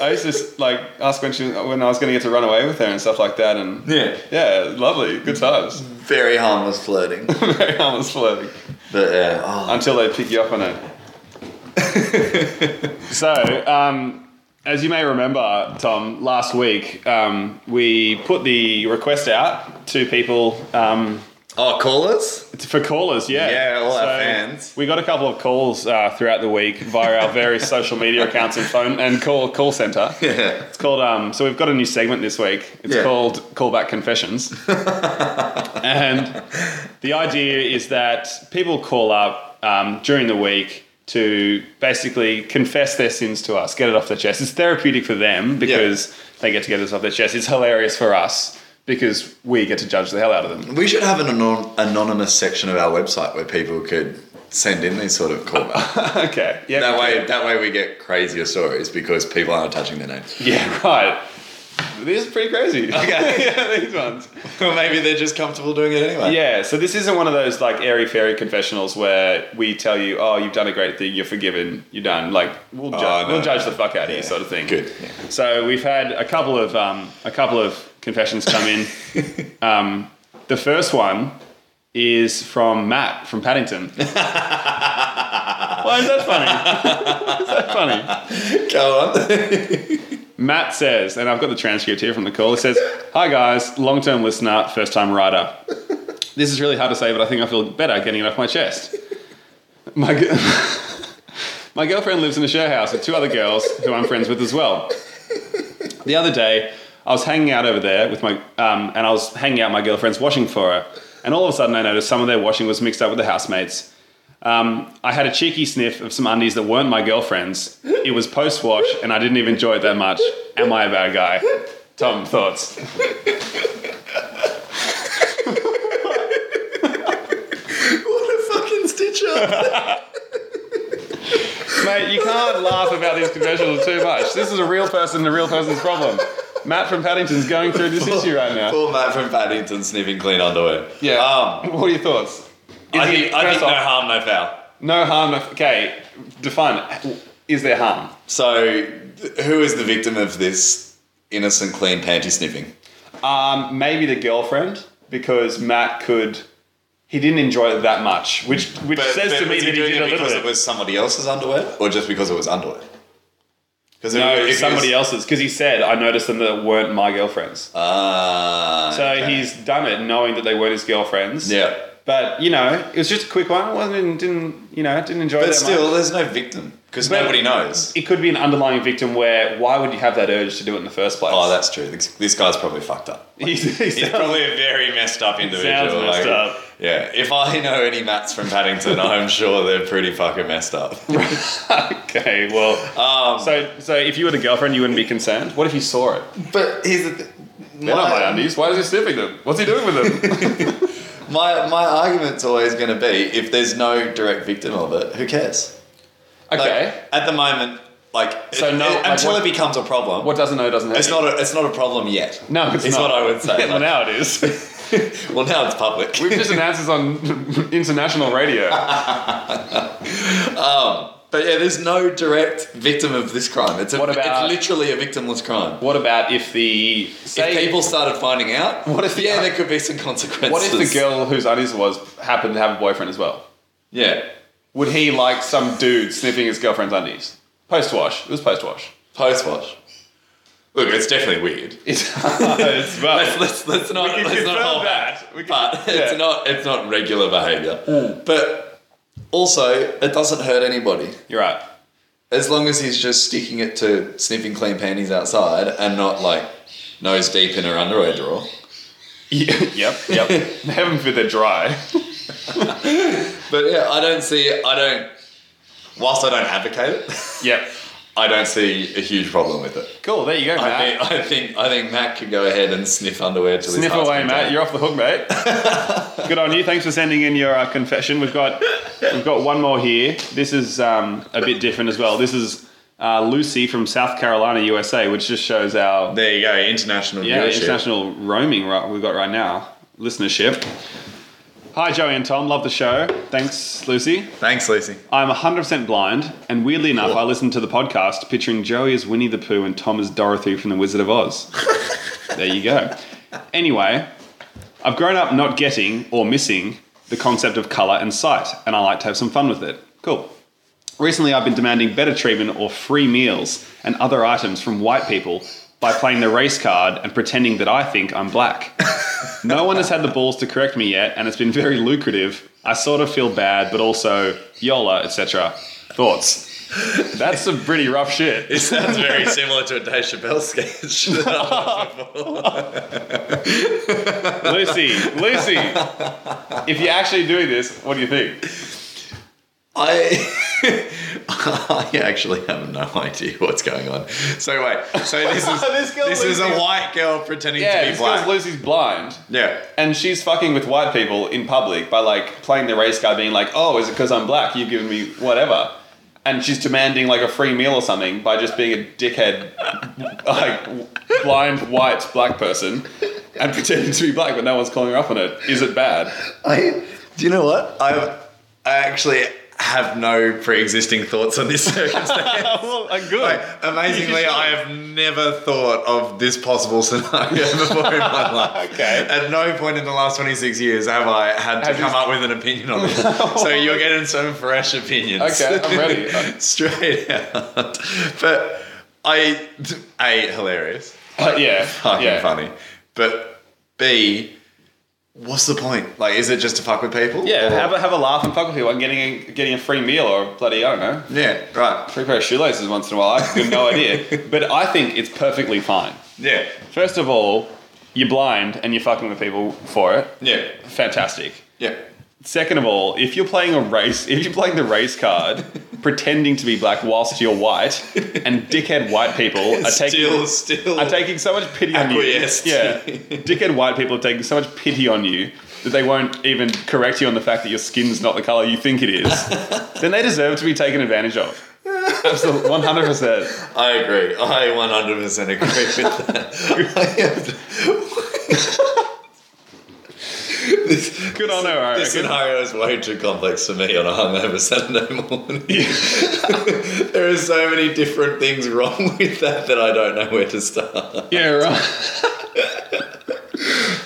Speaker 1: I used to like ask when she when I was going to get to run away with her and stuff like that, and
Speaker 2: Yeah.
Speaker 1: yeah, lovely, good times,
Speaker 2: Very harmless flirting.
Speaker 1: very harmless flirting
Speaker 2: But yeah, oh,
Speaker 1: until they pick you up on it. so, um, as you may remember, Tom, last week um, we put the request out to people um,
Speaker 2: oh callers?
Speaker 1: For callers, yeah.
Speaker 2: Yeah, all our fans.
Speaker 1: We got a couple of calls uh, throughout the week via our various social media accounts and phone and call call center.
Speaker 2: Yeah.
Speaker 1: It's called um. So we've got a new segment this week. It's
Speaker 2: Yeah.
Speaker 1: called Callback Confessions. and the idea is that people call up um, during the week to basically confess their sins to us, get it off their chest. It's therapeutic for them because they get to get this off their chest. It's hilarious for us because we get to judge the hell out of them.
Speaker 2: We should have an anon- anonymous section of our website where people could send in these sort of callbacks.
Speaker 1: okay. Yeah.
Speaker 2: that way that way we get crazier stories because people aren't touching their names.
Speaker 1: Yeah, right. These are pretty crazy.
Speaker 2: Okay.
Speaker 1: yeah, these ones.
Speaker 2: or maybe they're just comfortable doing it anyway.
Speaker 1: Yeah, so this isn't one of those like airy fairy confessionals where we tell you, oh, you've done a great thing, you're forgiven, you're done. Like we'll judge,
Speaker 2: Oh, no.
Speaker 1: we'll judge the fuck out of
Speaker 2: Yeah.
Speaker 1: you, sort of thing.
Speaker 2: Good, yeah.
Speaker 1: So we've had a couple of um, a couple of confessions come in. um, the first one is from Matt from Paddington. Why is that funny? is that funny?
Speaker 2: Go on.
Speaker 1: Matt says, and I've got the transcript here from the call. It says, "Hi guys, long-term listener, first-time writer. This is really hard to say, but I think I feel better getting it off my chest. My g- my girlfriend lives in a share house with two other girls who I'm friends with as well. The other day, I was hanging out over there with my um, and I was hanging out my girlfriend's washing for her, and all of a sudden I noticed some of their washing was mixed up with the housemates." Um, I had a cheeky sniff of some undies that weren't my girlfriend's. It was post wash, and I didn't even enjoy it that much. Am I a bad guy? Tom, thoughts? Mate, you can't laugh about these confessionals too much. This is a real person, the real person's problem. Matt from Paddington's going through this issue right now.
Speaker 2: Poor Matt from Paddington sniffing clean underwear.
Speaker 1: Yeah.
Speaker 2: Um,
Speaker 1: what are your thoughts? Is
Speaker 2: I
Speaker 1: he-
Speaker 2: think, I
Speaker 1: first
Speaker 2: think no
Speaker 1: off,
Speaker 2: harm, no foul.
Speaker 1: no harm. no- Okay, define. it. Is there harm?
Speaker 2: So, th- who is the victim of this innocent, clean panty sniffing?
Speaker 1: Um, maybe the girlfriend because Matt could. He didn't enjoy it that much, which which says to me
Speaker 2: was
Speaker 1: that he
Speaker 2: doing
Speaker 1: did
Speaker 2: it
Speaker 1: a little
Speaker 2: because
Speaker 1: bit.
Speaker 2: it was somebody else's underwear, or just because it was underwear? Because
Speaker 1: no, it's somebody else's because he said I noticed them that weren't my girlfriends.
Speaker 2: Ah,
Speaker 1: so
Speaker 2: okay.
Speaker 1: he's done it knowing that they weren't his girlfriends.
Speaker 2: yeah,
Speaker 1: But you know, it was just a quick one. wasn't didn't you know didn't enjoy it
Speaker 2: but
Speaker 1: that
Speaker 2: still,
Speaker 1: much.
Speaker 2: there's no victim because
Speaker 1: But-
Speaker 2: nobody knows.
Speaker 1: It could be an underlying victim where why would you have that urge to do it in the first place?
Speaker 2: Oh, that's true. This, this guy's probably fucked up.
Speaker 1: he's, he's,
Speaker 2: He's probably a very messed up individual.
Speaker 1: Sounds messed
Speaker 2: like-
Speaker 1: up.
Speaker 2: Yeah, if I know any Mats from Paddington, I'm sure they're pretty fucking messed up.
Speaker 1: okay. Well,
Speaker 2: Um,
Speaker 1: so so if you were the girlfriend, you wouldn't be concerned. What if you saw it?
Speaker 2: but here's the thing.
Speaker 1: They're not my undies. Why is he sniffing them? What's he doing with them?
Speaker 2: My my argument's always going to be if there's no direct victim of it, who cares? Like,
Speaker 1: okay.
Speaker 2: At the moment, like
Speaker 1: So
Speaker 2: it-
Speaker 1: no-
Speaker 2: it-
Speaker 1: like
Speaker 2: until
Speaker 1: what-
Speaker 2: it becomes a problem.
Speaker 1: What doesn't know doesn't hurt.
Speaker 2: it's
Speaker 1: you.
Speaker 2: not a, it's not a problem yet.
Speaker 1: No, it's,
Speaker 2: It's
Speaker 1: not.
Speaker 2: what I would say,
Speaker 1: well,
Speaker 2: like-
Speaker 1: now it is.
Speaker 2: well, now it's public.
Speaker 1: We've just announced this on international radio.
Speaker 2: but yeah, there's no direct victim of this crime. It's a,
Speaker 1: What about-
Speaker 2: it's literally a victimless crime.
Speaker 1: What about if the say,
Speaker 2: if people started finding out,
Speaker 1: What if the-
Speaker 2: yeah, there could be some consequences.
Speaker 1: What if the girl whose undies it was happened to have a boyfriend as well?
Speaker 2: Yeah,
Speaker 1: Would he like some dude sniffing his girlfriend's undies? Post wash. It was post wash.
Speaker 2: post wash. Look, it's definitely weird.
Speaker 1: It's uh, it's well.
Speaker 2: let's, let's, let's not.
Speaker 1: can
Speaker 2: let's not
Speaker 1: confirm
Speaker 2: hold
Speaker 1: that.
Speaker 2: back.
Speaker 1: We can-
Speaker 2: but
Speaker 1: yeah. Mm.
Speaker 2: it's not. It's not regular behaviour. But also, it doesn't hurt anybody
Speaker 1: You're right.
Speaker 2: as long as he's just sticking it to sniffing clean panties outside and not like nose deep in her underwear drawer.
Speaker 1: yep. Yep. Heaven forbid they're dry.
Speaker 2: But yeah, I don't see. I don't. Whilst I don't advocate it,
Speaker 1: Yep.
Speaker 2: I don't see a huge problem with it.
Speaker 1: Cool. There you go,
Speaker 2: I
Speaker 1: Matt.
Speaker 2: think, I think I think Matt could go ahead and sniff underwear till his
Speaker 1: Sniff
Speaker 2: heart's
Speaker 1: away,
Speaker 2: content.
Speaker 1: Matt. You're off the hook, mate. Good on you. Thanks for sending in your uh, confession. We've got we've got one more here. This is um, a bit different as well. This is uh, Lucy from South Carolina, USA, which just shows our
Speaker 2: There you go, international
Speaker 1: yeah,
Speaker 2: viewership.
Speaker 1: international roaming right, we've got right now listenership. Hi, Joey and Tom. Love the show. Thanks, Lucy.
Speaker 2: Thanks, Lucy.
Speaker 1: I'm 100% blind, and weirdly enough, I listened to the podcast picturing Joey as Winnie the Pooh and Tom as Dorothy from The Wizard of Oz. there you go. Anyway, I've grown up not getting or missing the concept of colour and sight, and I like to have some fun with it. Cool. Recently, I've been demanding better treatment or free meals and other items from white people by playing the race card and pretending that I think I'm black. No one has had the balls to correct me yet, and it's been very lucrative. I sort of feel bad, but also Yola, etc. Thoughts? That's some pretty rough shit.
Speaker 2: It sounds very similar to a Dave Chappelle sketch.
Speaker 1: Lucy, Lucy, if you're actually doing this, what do you think?
Speaker 2: I I actually have no idea what's going on. So wait, so this is
Speaker 1: This
Speaker 2: this,
Speaker 1: girl
Speaker 2: is a
Speaker 1: Lucy-
Speaker 2: white girl pretending to
Speaker 1: Yeah,
Speaker 2: be
Speaker 1: this girl's
Speaker 2: black.
Speaker 1: Lucy's blind.
Speaker 2: yeah.
Speaker 1: And she's fucking with white people in public by like playing the race card, being like, "Oh, is it because I'm black? You've given me whatever," and she's demanding like a free meal or something by just being a dickhead, like blind white black person, and pretending to be black, but no one's calling her up on it. Is it bad?
Speaker 2: I do you know what? I I actually have no pre-existing thoughts on this circumstance.
Speaker 1: well, uh, good.
Speaker 2: Like, amazingly, I have never thought of this possible scenario before in my life.
Speaker 1: Okay.
Speaker 2: At no point in the last 26 years have I had to
Speaker 1: Have you-
Speaker 2: come up with an opinion on this. so you're getting some fresh opinions.
Speaker 1: Okay, I'm ready.
Speaker 2: Straight out. But I, A, hilarious.
Speaker 1: But Uh, yeah,
Speaker 2: uh, Fucking
Speaker 1: yeah.
Speaker 2: funny. But B, what's the point? Like, is it just to fuck with people?
Speaker 1: Yeah,
Speaker 2: Or-
Speaker 1: have a, have a laugh and fuck with people. and getting a, getting a free meal or a bloody I don't know
Speaker 2: yeah, right.
Speaker 1: free pair of shoelaces once in a while. I've got no idea, but I think it's perfectly fine.
Speaker 2: Yeah.
Speaker 1: First of all, you're blind and you're fucking with people for it.
Speaker 2: Yeah.
Speaker 1: Fantastic.
Speaker 2: Yeah.
Speaker 1: Second of all, if you're playing a race, if you're playing the race card, pretending to be black whilst you're white, and dickhead white people are taking
Speaker 2: still, still.
Speaker 1: are taking so much pity on you.
Speaker 2: Acquiesced.
Speaker 1: Yeah, dickhead white people are taking so much pity on you that they won't even correct you on the fact that your skin's not the color you think it is. then they deserve to be taken advantage of. Absolutely, one hundred percent.
Speaker 2: I agree. I 100% agree with that. I have- this,
Speaker 1: Good on her. I
Speaker 2: this
Speaker 1: reckon.
Speaker 2: scenario is way too complex for me on a hungover Saturday morning. there are so many different things wrong with that that I don't know where to start.
Speaker 1: Yeah, right.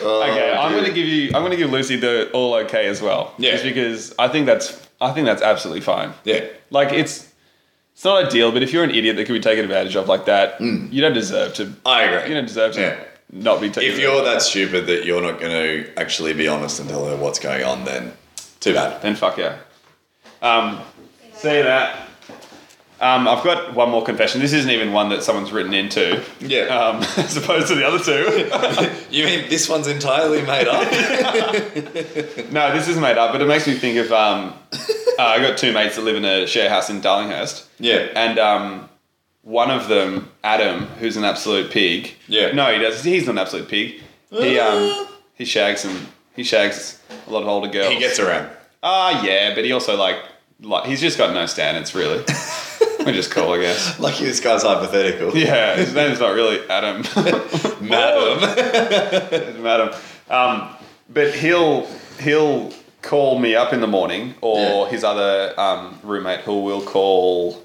Speaker 1: okay, I'm
Speaker 2: dear.
Speaker 1: gonna give you. I'm gonna give Lucy the all okay as well.
Speaker 2: Oh, Yeah.
Speaker 1: Just because I think that's. I think that's absolutely fine.
Speaker 2: Yeah.
Speaker 1: Like it's. It's not ideal, but if you're an idiot that can be taken advantage of like that, you don't deserve to.
Speaker 2: I agree.
Speaker 1: You don't deserve to
Speaker 2: Mm. Yeah.
Speaker 1: not be taken.
Speaker 2: If you're that stupid that you're not going to actually be honest and tell her what's going on, then too bad.
Speaker 1: then fuck yeah. Um, say that. Um, I've got one more confession. This isn't even one that someone's written into,
Speaker 2: Yeah.
Speaker 1: um, as opposed to the other two.
Speaker 2: you mean this one's entirely made up?
Speaker 1: No, this is made up, but it makes me think of. Um, uh, I got two mates that live in a share house in Darlinghurst,
Speaker 2: yeah.
Speaker 1: and um, one of them, Adam, who's an absolute pig.
Speaker 2: Yeah.
Speaker 1: No, he does. He's not an absolute pig. He um, he shags and he shags a lot of older girls.
Speaker 2: He gets around.
Speaker 1: Ah, yeah, but he also like like he's just got no standards really. Which is cool, I guess.
Speaker 2: Lucky this guy's hypothetical.
Speaker 1: Yeah, his name's not really Adam.
Speaker 2: Madam.
Speaker 1: madam. Um, but he'll he'll call me up in the morning, or
Speaker 2: Yeah.
Speaker 1: his other um, roommate who will call.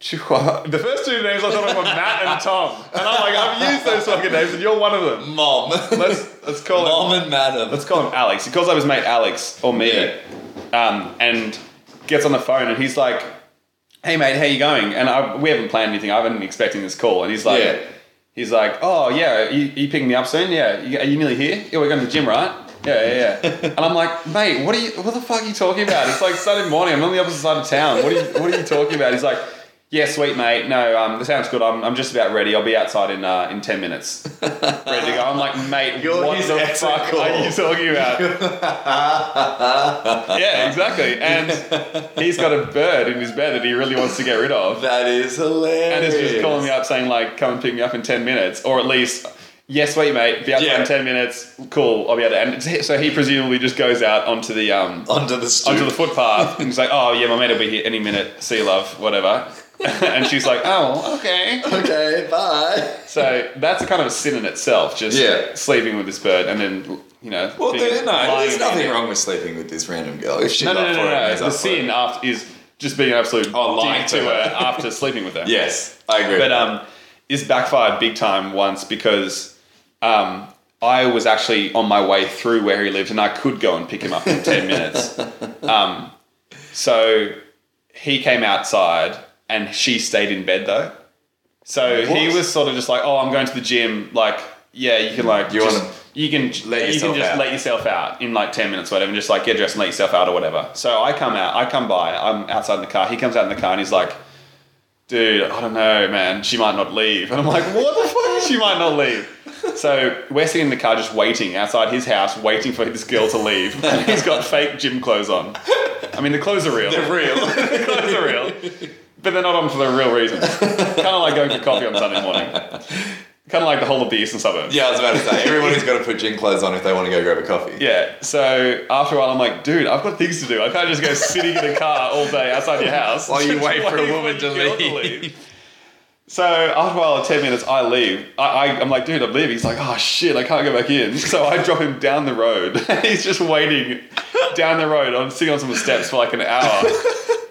Speaker 1: Chihuahua. The first two names I thought of were Matt and Tom, and I'm like, I've used those fucking names, and you're one of them.
Speaker 2: Mom.
Speaker 1: Let's let's call him.
Speaker 2: Mom and madam.
Speaker 1: Let's call him Alex. He calls up his mate Alex or me,
Speaker 2: Yeah.
Speaker 1: um, and gets on the phone, and he's like, "Hey mate, how you going?" And I, we haven't planned anything. I haven't been expecting this call, and he's like,
Speaker 2: Yeah.
Speaker 1: He's like, oh yeah, you, you picking me up soon? Yeah, you, are you nearly here? Yeah, we're going to the gym, right? Yeah, yeah, yeah. and I'm like, mate, what are you? What the fuck are you talking about? It's like Sunday morning. I'm on the opposite side of town. What are you? What are you talking about? He's like, yeah, sweet mate. No, um, that sounds good. I'm, I'm just about ready. I'll be outside in uh, in ten minutes, ready to go. I'm like, mate,
Speaker 2: You're
Speaker 1: what
Speaker 2: his
Speaker 1: the
Speaker 2: exit
Speaker 1: fuck
Speaker 2: call.
Speaker 1: are you talking about? yeah, exactly. And he's got a bird in his bed that he really wants to get rid of
Speaker 2: That is hilarious.
Speaker 1: and it's just calling me up saying like come and pick me up in 10 minutes or at least yes wait mate be out there
Speaker 2: Yeah.
Speaker 1: in 10 minutes cool I'll be out there and it's, so he presumably just goes out onto the um
Speaker 2: Onto the stoop.
Speaker 1: onto the footpath and he's like oh yeah my mate will be here any minute see you love whatever and she's like oh okay
Speaker 2: okay, bye.
Speaker 1: so that's a kind of a sin in itself just
Speaker 2: Yeah.
Speaker 1: sleeping with this bird and then you know
Speaker 2: Well,
Speaker 1: being-
Speaker 2: there, no,
Speaker 1: lying
Speaker 2: there's
Speaker 1: in bed.
Speaker 2: nothing wrong with sleeping with this random girl. If she's
Speaker 1: no no
Speaker 2: up
Speaker 1: no
Speaker 2: for
Speaker 1: no,
Speaker 2: it,
Speaker 1: no.
Speaker 2: he's
Speaker 1: the
Speaker 2: up for
Speaker 1: sin
Speaker 2: it.
Speaker 1: after is just being an absolute
Speaker 2: Oh, lying
Speaker 1: dick
Speaker 2: to her.
Speaker 1: after sleeping with her
Speaker 2: Yes, I agree.
Speaker 1: but um, this backfired big time once because um, I was actually on my way through where he lived, and I could go and pick him up in ten minutes. Um, so he came outside, and she stayed in bed though. So he
Speaker 2: What?
Speaker 1: was sort of just like, "Oh, I'm going to the gym." Like, yeah, you can like
Speaker 2: You
Speaker 1: just-
Speaker 2: wanna
Speaker 1: you can
Speaker 2: let
Speaker 1: you
Speaker 2: yourself
Speaker 1: can just
Speaker 2: out.
Speaker 1: let yourself out in like ten minutes, or whatever, and just like get dressed and let yourself out or whatever. So I come out, I come by, I'm outside in the car. He comes out in the car, and he's like dude, I don't know, man. She might not leave. And I'm like, what the fuck? She might not leave. So we're sitting in the car just waiting outside his house, waiting for this girl to leave. And he's got fake gym clothes on. I mean, the clothes are real. The
Speaker 2: real.
Speaker 1: clothes are real. But they're not on for the real reasons. kind of like going for coffee on Sunday morning. Kind of like the whole of the eastern suburbs.
Speaker 2: yeah, I was about to say, everybody's got to put gym clothes on if they want to go grab a coffee.
Speaker 1: Yeah. So after a while, I'm like, dude, I've got things to do. I can't just go sitting in a car all day outside your house
Speaker 2: While you
Speaker 1: just
Speaker 2: wait for a
Speaker 1: waiting
Speaker 2: woman
Speaker 1: the
Speaker 2: to
Speaker 1: girl
Speaker 2: leave.
Speaker 1: So after a while, ten minutes, I leave. I, I, I'm like, dude, I'm leaving. He's like, oh shit, I can't go back in. So I drop him down the road. He's just waiting down the road. I'm sitting on some steps for like an hour.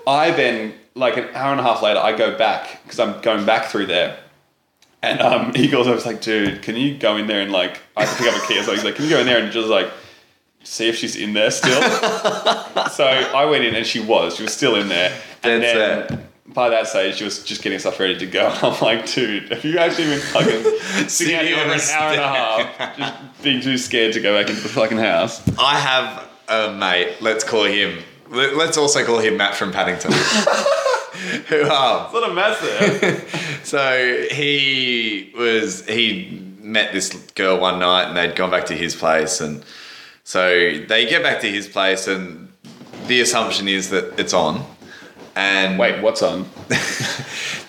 Speaker 1: I then, like an hour and a half later, I go back because I'm going back through there. And um, he goes, I was like, dude, can you go in there and like, I have to pick up a key. So he's like, can you go in there and just like, see if she's in there still? so I went in and she was. She was still in there. And
Speaker 2: That's
Speaker 1: then
Speaker 2: it.
Speaker 1: by that stage, she was just getting herself ready to go. I'm like, dude, have you actually been fucking sitting out
Speaker 2: Sitting
Speaker 1: here
Speaker 2: on
Speaker 1: for
Speaker 2: a
Speaker 1: an hour and a half, just being too scared to go back into the fucking house?
Speaker 2: I have a mate, let's call him, let- let's also call him Matt from Paddington. Who, um,
Speaker 1: It's not a mess there.
Speaker 2: So he was he met this girl one night and they'd gone back to his place and So they get back to his place, and the assumption is that it's on. And
Speaker 1: Wait, what's on?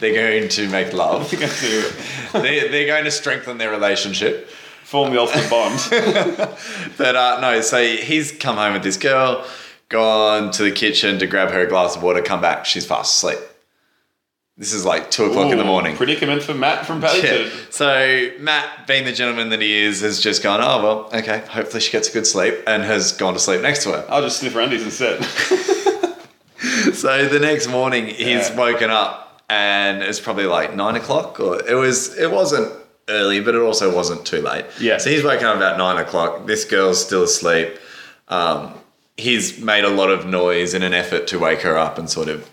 Speaker 2: they're going to make love. they, they're going to strengthen their relationship.
Speaker 1: Form the ultimate bond.
Speaker 2: But uh, no, so he's come home with this girl, gone to the kitchen to grab her a glass of water, come back, she's fast asleep. This is like two o'clock in the
Speaker 1: Ooh,
Speaker 2: morning.
Speaker 1: Predicament for Matt from Paddington.
Speaker 2: Yeah. So Matt, being the gentleman that he is, has just gone, oh, well, okay, hopefully she gets a good sleep and has gone to sleep next to her.
Speaker 1: I'll just sniff undies instead.
Speaker 2: So the next morning, he's
Speaker 1: Yeah.
Speaker 2: woken up and it's probably like nine o'clock or it was, it wasn't early, but it also wasn't too late.
Speaker 1: Yeah.
Speaker 2: So he's woken up about nine o'clock. This girl's still asleep. Um, he's made a lot of noise in an effort to wake her up and sort of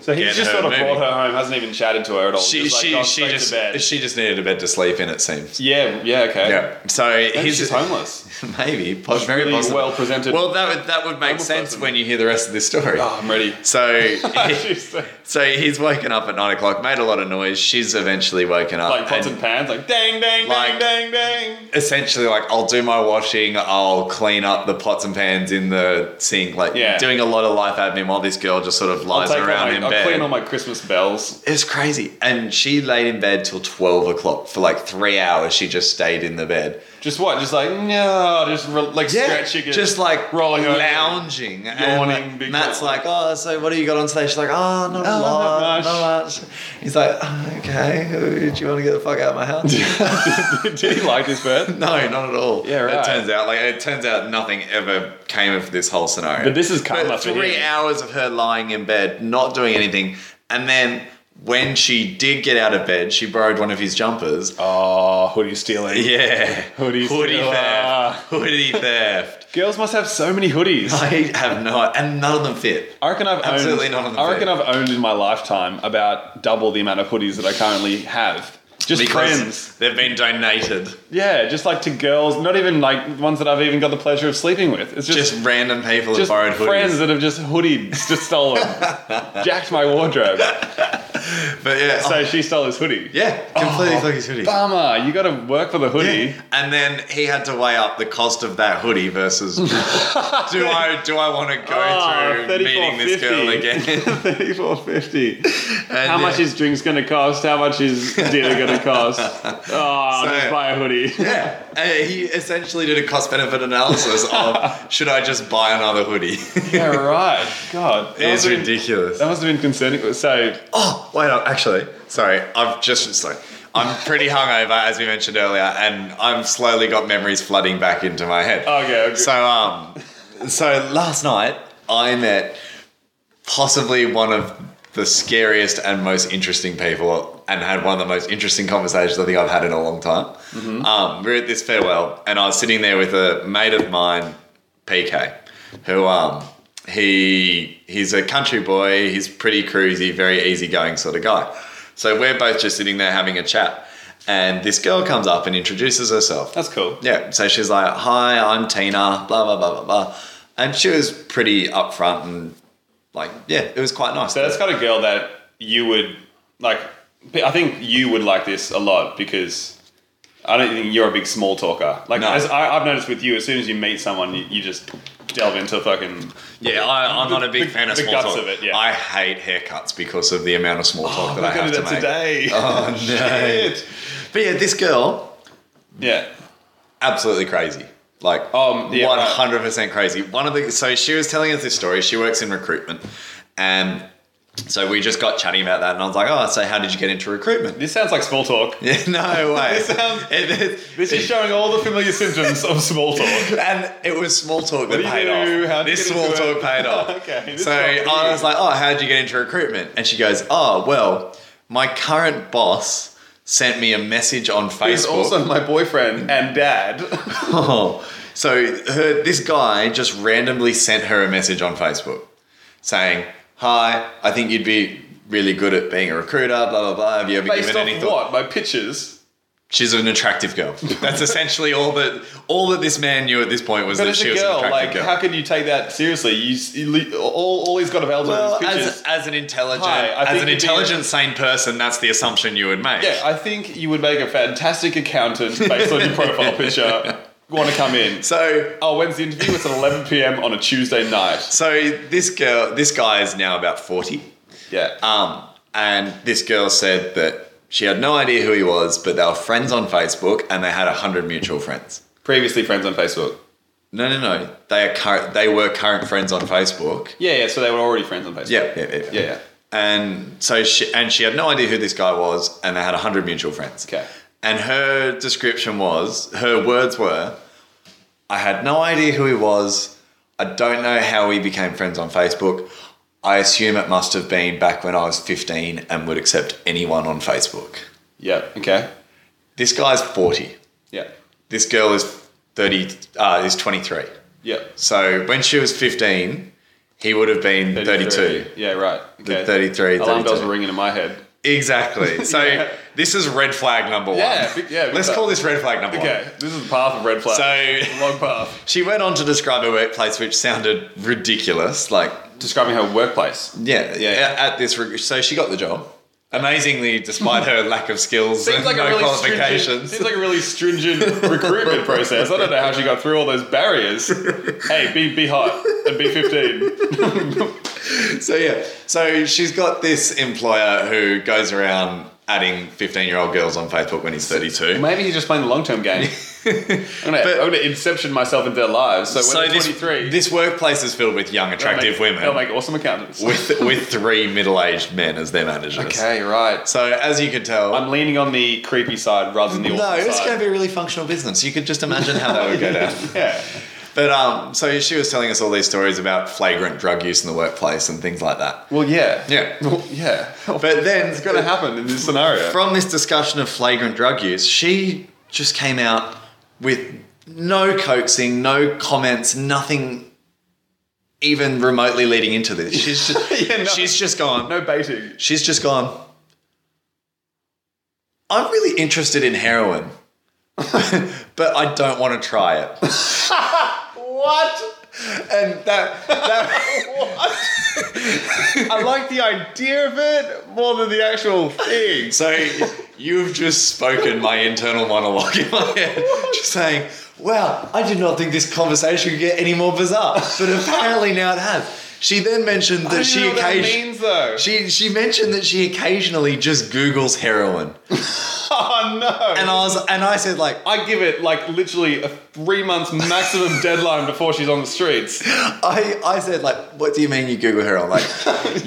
Speaker 1: So he's
Speaker 2: Get
Speaker 1: just
Speaker 2: her
Speaker 1: sort of
Speaker 2: moving.
Speaker 1: brought her home, hasn't even chatted to her at all.
Speaker 2: she
Speaker 1: just like,
Speaker 2: she
Speaker 1: gone
Speaker 2: she
Speaker 1: straight to
Speaker 2: just
Speaker 1: bed.
Speaker 2: she just needed a bed to sleep in it seems
Speaker 1: yeah, yeah, okay.
Speaker 2: yeah so
Speaker 1: Maybe
Speaker 2: he's
Speaker 1: she's homeless.
Speaker 2: maybe pos- very
Speaker 1: really
Speaker 2: possible.
Speaker 1: well presented.
Speaker 2: well that would that would make
Speaker 1: Homeless
Speaker 2: sense
Speaker 1: person.
Speaker 2: when you hear the rest of this story
Speaker 1: Oh, I'm ready.
Speaker 2: so he-
Speaker 1: She's like
Speaker 2: so he's woken up at nine o'clock made a lot of noise she's eventually woken up
Speaker 1: pots
Speaker 2: and
Speaker 1: and pans, like dang, dang,
Speaker 2: Like-
Speaker 1: dang, dang, dang.
Speaker 2: essentially like I'll do my washing I'll clean up the pots and pans in the sink like
Speaker 1: Yeah.
Speaker 2: doing a lot of life admin while this girl just sort of
Speaker 1: I'll,
Speaker 2: lies
Speaker 1: take all
Speaker 2: around
Speaker 1: my,
Speaker 2: in
Speaker 1: I'll
Speaker 2: bed
Speaker 1: clean all my Christmas bells.
Speaker 2: It was crazy. And she laid in bed till 12 o'clock. For like three hours, she just stayed in the bed.
Speaker 1: Just what? Just like no, just re- like stretching it,
Speaker 2: Just like
Speaker 1: rolling over.
Speaker 2: lounging.
Speaker 1: Yawning
Speaker 2: and
Speaker 1: big
Speaker 2: Matt's
Speaker 1: yawn.
Speaker 2: like, oh, so what have you got on today? She's like, oh, not a
Speaker 1: not
Speaker 2: lot.
Speaker 1: much."
Speaker 2: Not much. He's like, "Oh, okay, do you want to get the fuck out of my house?
Speaker 1: Did he like this bird?
Speaker 2: no, not at all.
Speaker 1: Yeah, right.
Speaker 2: It turns out, like, it turns out nothing ever came of this whole scenario.
Speaker 1: But this is karma
Speaker 2: But
Speaker 1: for
Speaker 2: three
Speaker 1: him.
Speaker 2: hours of her lying in bed, not doing anything, and then when she did get out of bed, she borrowed one of his jumpers.
Speaker 1: Oh, hoodie stealing.
Speaker 2: Yeah. Hoodie
Speaker 1: Hoodie Ah. stealer.
Speaker 2: theft. Hoodie theft.
Speaker 1: Girls must have so many hoodies.
Speaker 2: I have not, and none of them fit.
Speaker 1: I reckon I've
Speaker 2: Absolutely
Speaker 1: owned,
Speaker 2: not on the
Speaker 1: I reckon
Speaker 2: feed.
Speaker 1: I've owned in my lifetime about double the amount of hoodies that I currently have. Just
Speaker 2: Because
Speaker 1: friends.
Speaker 2: they've been donated.
Speaker 1: Yeah, just like to girls, not even like ones that I've even got the pleasure of sleeping with. It's just,
Speaker 2: Just,
Speaker 1: just,
Speaker 2: random people have borrowed hoodies.
Speaker 1: friends that have just hoodied, just stolen, jacked my wardrobe.
Speaker 2: But yeah,
Speaker 1: So
Speaker 2: oh,
Speaker 1: she stole his hoodie.
Speaker 2: yeah, completely
Speaker 1: Oh,
Speaker 2: fucking hoodie.
Speaker 1: Bummer, you gotta work for the hoodie.
Speaker 2: Yeah. And then he had to weigh up the cost of that hoodie versus do I do I want to go
Speaker 1: Oh,
Speaker 2: through meeting this girl
Speaker 1: 34.50.
Speaker 2: again?
Speaker 1: 3450.
Speaker 2: And
Speaker 1: How much
Speaker 2: yeah.
Speaker 1: is drinks gonna cost? How much is dinner gonna cost? Oh, I'll
Speaker 2: So-
Speaker 1: just buy a hoodie.
Speaker 2: yeah, Uh, he essentially did a cost benefit analysis of should I just buy another hoodie?
Speaker 1: Yeah, right. God.
Speaker 2: it's
Speaker 1: That must have been-
Speaker 2: ridiculous.
Speaker 1: That must have been concerning. So,
Speaker 2: Oh, wait up, actually. Sorry, I've just sorry. I'm pretty hungover, as we mentioned earlier, and I've slowly got memories flooding back into my head.
Speaker 1: Okay, okay.
Speaker 2: So um so last night I met possibly one of the scariest and most interesting people and had one of the most interesting conversations I think I've had in a long time. Um, we were at this farewell and I was sitting there with a mate of mine, PK, who um he he's a country boy, he's pretty cruisy, very easygoing sort of guy. So we're both just sitting there having a chat. And this girl comes up and introduces herself.
Speaker 1: that's cool.
Speaker 2: Yeah. So she's like, "Hi, I'm Tina." Blah blah blah blah blah, and she was pretty upfront and like, yeah, it was quite nice.
Speaker 1: So, that's got a girl that you would like. I think you would like this a lot because I don't think you're a big small talker. Like,
Speaker 2: No.
Speaker 1: as I, I've noticed with you, as soon as you meet someone, you, you just delve into fucking.
Speaker 2: yeah, I, I'm not a big
Speaker 1: the-
Speaker 2: fan of
Speaker 1: the
Speaker 2: small
Speaker 1: guts
Speaker 2: talk.
Speaker 1: of it, yeah. Oh,
Speaker 2: I hate haircuts because of the amount of small talk that I have to make.
Speaker 1: today.
Speaker 2: Oh no!
Speaker 1: Shit.
Speaker 2: But yeah, this girl,
Speaker 1: Yeah.
Speaker 2: absolutely crazy. Like,
Speaker 1: Um, yeah,
Speaker 2: one
Speaker 1: right.
Speaker 2: hundred percent crazy. One of the so she was telling us this story. She works in recruitment, and so we just got chatting about that, and I was like, "Oh, so how did you get into recruitment?"
Speaker 1: This sounds like small talk.
Speaker 2: Yeah, no way.
Speaker 1: This sounds-
Speaker 2: It- it-
Speaker 1: This is showing all the familiar symptoms of small talk.
Speaker 2: and it was small talk that
Speaker 1: do you
Speaker 2: paid
Speaker 1: do?
Speaker 2: off.
Speaker 1: How'd you
Speaker 2: this
Speaker 1: get
Speaker 2: small
Speaker 1: into
Speaker 2: talk
Speaker 1: it?
Speaker 2: paid off.
Speaker 1: Okay, this
Speaker 2: So
Speaker 1: is not
Speaker 2: I
Speaker 1: me.
Speaker 2: was like, "Oh, how'd you get into recruitment?" And she goes, "Oh, well, my current boss sent me a message on
Speaker 1: He's
Speaker 2: Facebook."
Speaker 1: also my boyfriend and dad.
Speaker 2: Oh, so her, this guy just randomly sent her a message on Facebook saying, "Hi, I think you'd be really good at being a recruiter. Blah blah blah. Have you ever
Speaker 1: Based
Speaker 2: given any
Speaker 1: off
Speaker 2: thought?"
Speaker 1: what? My pictures.
Speaker 2: She's an attractive girl. That's essentially all that all that this man knew at this point was
Speaker 1: But
Speaker 2: that
Speaker 1: as
Speaker 2: she
Speaker 1: a
Speaker 2: was an
Speaker 1: girl,
Speaker 2: attractive
Speaker 1: like,
Speaker 2: girl.
Speaker 1: how can you take that seriously? You, s- you le- all, all he's got available
Speaker 2: well,
Speaker 1: is pictures.
Speaker 2: as, as an intelligent,
Speaker 1: Hi, I
Speaker 2: as
Speaker 1: think
Speaker 2: an
Speaker 1: you'd be-
Speaker 2: intelligent, sane person, that's the assumption you would make.
Speaker 1: yeah, I think you would make a fantastic accountant based on your profile picture want to come in.
Speaker 2: So
Speaker 1: Oh, when's the interview? It's at 11 p.m. on a Tuesday night.
Speaker 2: so this girl, this guy is now about forty.
Speaker 1: Yeah.
Speaker 2: Um, and this girl said that she had no idea who he was, but they were friends on Facebook and they had 100 mutual friends.
Speaker 1: Previously friends on Facebook.
Speaker 2: No, no, no. They, are current, they were current friends on Facebook.
Speaker 1: Yeah, yeah. So they were already friends on Facebook.
Speaker 2: Yeah, yeah, yeah.
Speaker 1: Yeah, yeah.
Speaker 2: And so she, and she had no idea who this guy was and they had 100 mutual friends.
Speaker 1: Okay.
Speaker 2: And her description was, her words were, I had no idea who he was. I don't know how we became friends on Facebook. I assume it must have been back when I was 15 and would accept anyone on Facebook.
Speaker 1: Yeah. Okay.
Speaker 2: This guy's 40.
Speaker 1: Yeah.
Speaker 2: This girl is 30, uh, is 23.
Speaker 1: Yeah.
Speaker 2: So when she was 15, he would have been 32.
Speaker 1: 33. Yeah, right. Okay.
Speaker 2: 33,
Speaker 1: Alarm bells
Speaker 2: 32.
Speaker 1: are ringing in my head.
Speaker 2: Exactly. So
Speaker 1: Yeah.
Speaker 2: this is red flag number one.
Speaker 1: Yeah, big- yeah, big
Speaker 2: Let's
Speaker 1: time.
Speaker 2: call this red flag number one.
Speaker 1: Okay. This is the path of red flags.
Speaker 2: So-
Speaker 1: long path.
Speaker 2: She went on to describe her workplace, which sounded ridiculous. Like,
Speaker 1: Describing her workplace.
Speaker 2: yeah,
Speaker 1: Yeah.
Speaker 2: a- At this, reg- so she got the job. Amazingly, despite her lack of skills
Speaker 1: Seems
Speaker 2: and
Speaker 1: like,
Speaker 2: no
Speaker 1: a really stringent,
Speaker 2: qualifications.
Speaker 1: seems like a really stringent recruitment process. I don't know how she got through all those barriers. Hey, be be hot and be fifteen.
Speaker 2: So yeah, so she's got this employer who goes around adding fifteen-year-old girls on Facebook when he's thirty-two.
Speaker 1: Maybe he's just playing the long term game. I'm gonna,
Speaker 2: But-
Speaker 1: I'm gonna inception myself into their lives. So when
Speaker 2: So
Speaker 1: they're
Speaker 2: this,
Speaker 1: 23,
Speaker 2: this workplace is filled with young,
Speaker 1: they'll make-
Speaker 2: attractive
Speaker 1: They'll
Speaker 2: women
Speaker 1: make awesome accountants.
Speaker 2: with with three middle-aged men as their managers.
Speaker 1: Okay, right.
Speaker 2: So as you can tell,
Speaker 1: I'm leaning on the creepy side rather than the
Speaker 2: no,
Speaker 1: awesome
Speaker 2: it's
Speaker 1: side.
Speaker 2: going to be a really functional business. You could just imagine how that would go down.
Speaker 1: yeah.
Speaker 2: But um, so she was telling us all these stories about flagrant drug use in the workplace and things like that.
Speaker 1: Well, yeah.
Speaker 2: Yeah.
Speaker 1: Well, yeah.
Speaker 2: But then
Speaker 1: it's gonna happen in this scenario.
Speaker 2: From this discussion of flagrant drug use, she just came out with no coaxing, no comments, nothing even remotely leading into this. She's just,
Speaker 1: Yeah, no.
Speaker 2: she's just gone.
Speaker 1: no baiting.
Speaker 2: She's just gone. I'm really interested in heroin, but I don't want to try it.
Speaker 1: What?
Speaker 2: And that, that
Speaker 1: I like the idea of it more than the actual thing.
Speaker 2: so you've just spoken my internal monologue in my head, just saying, "Wow, I did not think this conversation could get any more bizarre, but apparently now it has." She then mentioned that she occasionally.
Speaker 1: means though.
Speaker 2: She, she mentioned that she occasionally just Googles heroin,
Speaker 1: oh no.
Speaker 2: and I was and I said like
Speaker 1: I give it like literally a three months maximum deadline before she's on the streets.
Speaker 2: I, I said like, what do you mean you Google her? I'm like,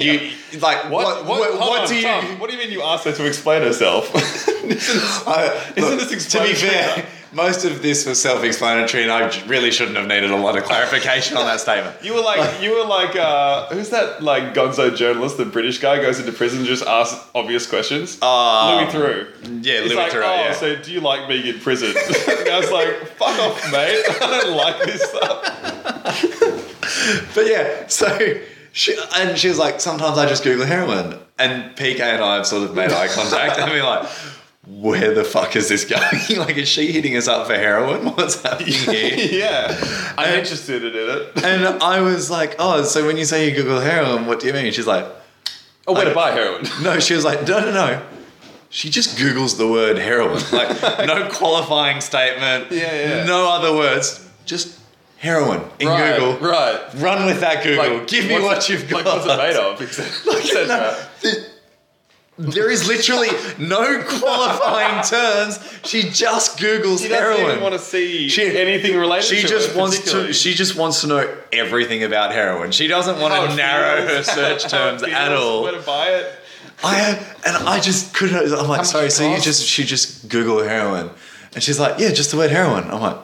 Speaker 2: you like
Speaker 1: What? What?
Speaker 2: What,
Speaker 1: hold
Speaker 2: what
Speaker 1: on,
Speaker 2: do you?
Speaker 1: Tom, what do you mean you asked her to explain herself?
Speaker 2: I-
Speaker 1: Isn't
Speaker 2: look, to
Speaker 1: this
Speaker 2: be
Speaker 1: explanatory
Speaker 2: fair,
Speaker 1: enough?
Speaker 2: most of this was self-explanatory, and I j- really shouldn't have needed a lot of clarification on that statement.
Speaker 1: you were like, you were like, uh, who's that like gonzo journalist? The British guy goes into prison and just asks obvious questions.
Speaker 2: Um,
Speaker 1: Louis Theroux.
Speaker 2: Yeah,
Speaker 1: It's
Speaker 2: Louis
Speaker 1: like,
Speaker 2: Theroux.
Speaker 1: oh,
Speaker 2: yeah.
Speaker 1: so do you like being in prison? and I was like, fuck off, mate. I don't like this stuff.
Speaker 2: But yeah, so she and she was like, sometimes I just Google heroin, and PK and I have sort of made eye contact, and we're like. Where the fuck is this going? like, is she hitting us up for heroin? What's happening here?
Speaker 1: yeah. I'm
Speaker 2: And-
Speaker 1: interested in it.
Speaker 2: And I was like, oh, so when you say you Google heroin, what do you mean? She's like,
Speaker 1: Oh, where to
Speaker 2: I-
Speaker 1: buy heroin?
Speaker 2: no, she was like, no, no, no. She just Googles the word heroin. Like, no qualifying statement.
Speaker 1: Yeah, yeah.
Speaker 2: No other words. Just heroin in
Speaker 1: right,
Speaker 2: Google.
Speaker 1: Right.
Speaker 2: Run with that Google. Give me what
Speaker 1: what's-
Speaker 2: you've got.
Speaker 1: Like, what's it made of? Exactly.
Speaker 2: No,
Speaker 1: Etc.
Speaker 2: th- there is literally no qualifying terms. She just Googles
Speaker 1: She doesn't
Speaker 2: heroin.
Speaker 1: even want to see
Speaker 2: She-
Speaker 1: anything related
Speaker 2: She
Speaker 1: to
Speaker 2: just
Speaker 1: it,
Speaker 2: wants to.
Speaker 1: particularly.
Speaker 2: She just wants to know everything about heroin. She doesn't want
Speaker 1: How
Speaker 2: to
Speaker 1: it
Speaker 2: narrow her
Speaker 1: feels,
Speaker 2: search
Speaker 1: how it
Speaker 2: terms at
Speaker 1: feels,
Speaker 2: all.
Speaker 1: Where to buy it?
Speaker 2: I and I just couldn't. I'm like,
Speaker 1: much
Speaker 2: sorry.
Speaker 1: it
Speaker 2: So you
Speaker 1: costs?"
Speaker 2: just she just Google heroin, and she's like, yeah, just the word heroin. I'm like,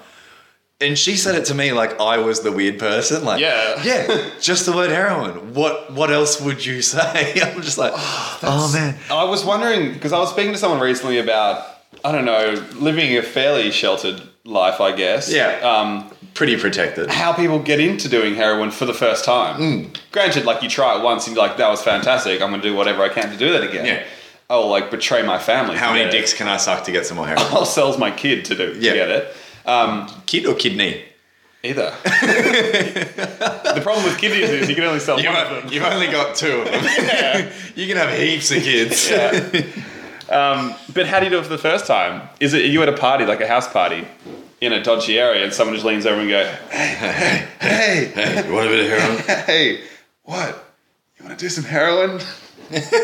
Speaker 2: and she said it to me like I was the weird person. Like,
Speaker 1: Yeah.
Speaker 2: yeah, just the word heroin. What what else would you say? I'm just like, oh man,
Speaker 1: I was wondering because I was speaking to someone recently about I don't know living a fairly sheltered life, I guess.
Speaker 2: Yeah.
Speaker 1: Um,
Speaker 2: pretty protected.
Speaker 1: how people get into doing heroin for the first time.
Speaker 2: Mm.
Speaker 1: Granted, like you try it once and you're like, that was fantastic. I'm gonna do whatever I can to do that again.
Speaker 2: Yeah.
Speaker 1: I'll like betray my family.
Speaker 2: How
Speaker 1: to
Speaker 2: many
Speaker 1: get it.
Speaker 2: dicks can I suck to get some more heroin?
Speaker 1: I'll sells my kid to do
Speaker 2: Yeah.
Speaker 1: to get it. Um,
Speaker 2: Kid or kidney?
Speaker 1: Either. the problem with kidneys is you can only sell
Speaker 2: You've,
Speaker 1: one of them.
Speaker 2: you've only got two of them. you can have heaps of kids.
Speaker 1: Um, but how do you do it for the first time? Is it are you at a party, like a house party, in a dodgy area and someone just leans over and go, hey, hey, hey,
Speaker 2: Hey, you want a bit of heroin?
Speaker 1: hey, what? You want to do some heroin?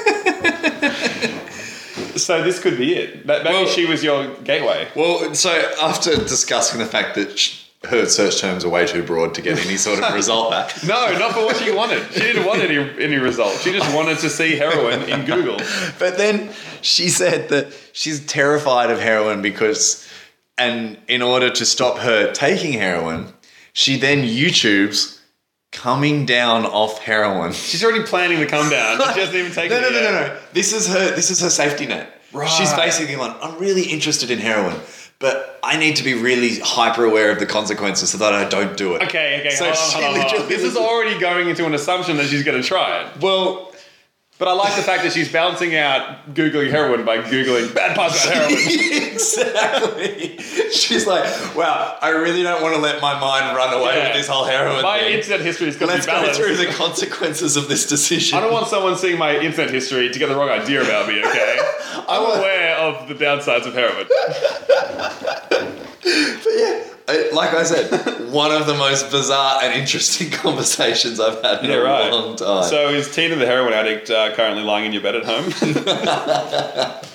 Speaker 1: so this could be it. That, maybe
Speaker 2: Well-
Speaker 1: she was your gateway.
Speaker 2: Well, so after discussing the fact that sh- her search terms are way too broad to get any sort of result back,
Speaker 1: No, not for what she wanted. She didn't want any any result. She just wanted to see heroin in Google.
Speaker 2: but then she said that she's terrified of heroin because, and in order to stop her taking heroin, she then YouTubes coming down off heroin.
Speaker 1: She's already planning the come down. She hasn't even taken
Speaker 2: no, no,
Speaker 1: it
Speaker 2: no,
Speaker 1: yet.
Speaker 2: no, no. This is her. This is her safety net.
Speaker 1: Right.
Speaker 2: She's basically going. I'm really interested in heroin, but I need to be really hyper aware of the consequences so that I don't do it.
Speaker 1: Okay, okay.
Speaker 2: So
Speaker 1: hold on,
Speaker 2: she
Speaker 1: hold on, hold on.
Speaker 2: literally
Speaker 1: This is already going into an assumption that she's going to try it.
Speaker 2: Well,
Speaker 1: But I like the fact that she's balancing out googling heroin by googling bad parts about heroin.
Speaker 2: exactly. She's like, wow, I really don't want to let my mind run away
Speaker 1: Yeah.
Speaker 2: with this whole heroin
Speaker 1: My
Speaker 2: thing.
Speaker 1: internet history is going to be
Speaker 2: Let's go
Speaker 1: balanced.
Speaker 2: through the consequences of this decision.
Speaker 1: I don't want someone seeing my internet history to get the wrong idea about me. Okay, I'm
Speaker 2: want-
Speaker 1: aware of the downsides of heroin.
Speaker 2: but yeah, I- Uh, like I said, one of the most bizarre and interesting conversations I've had in a long time.
Speaker 1: So is Tina the heroin addict uh, currently lying in your bed at home?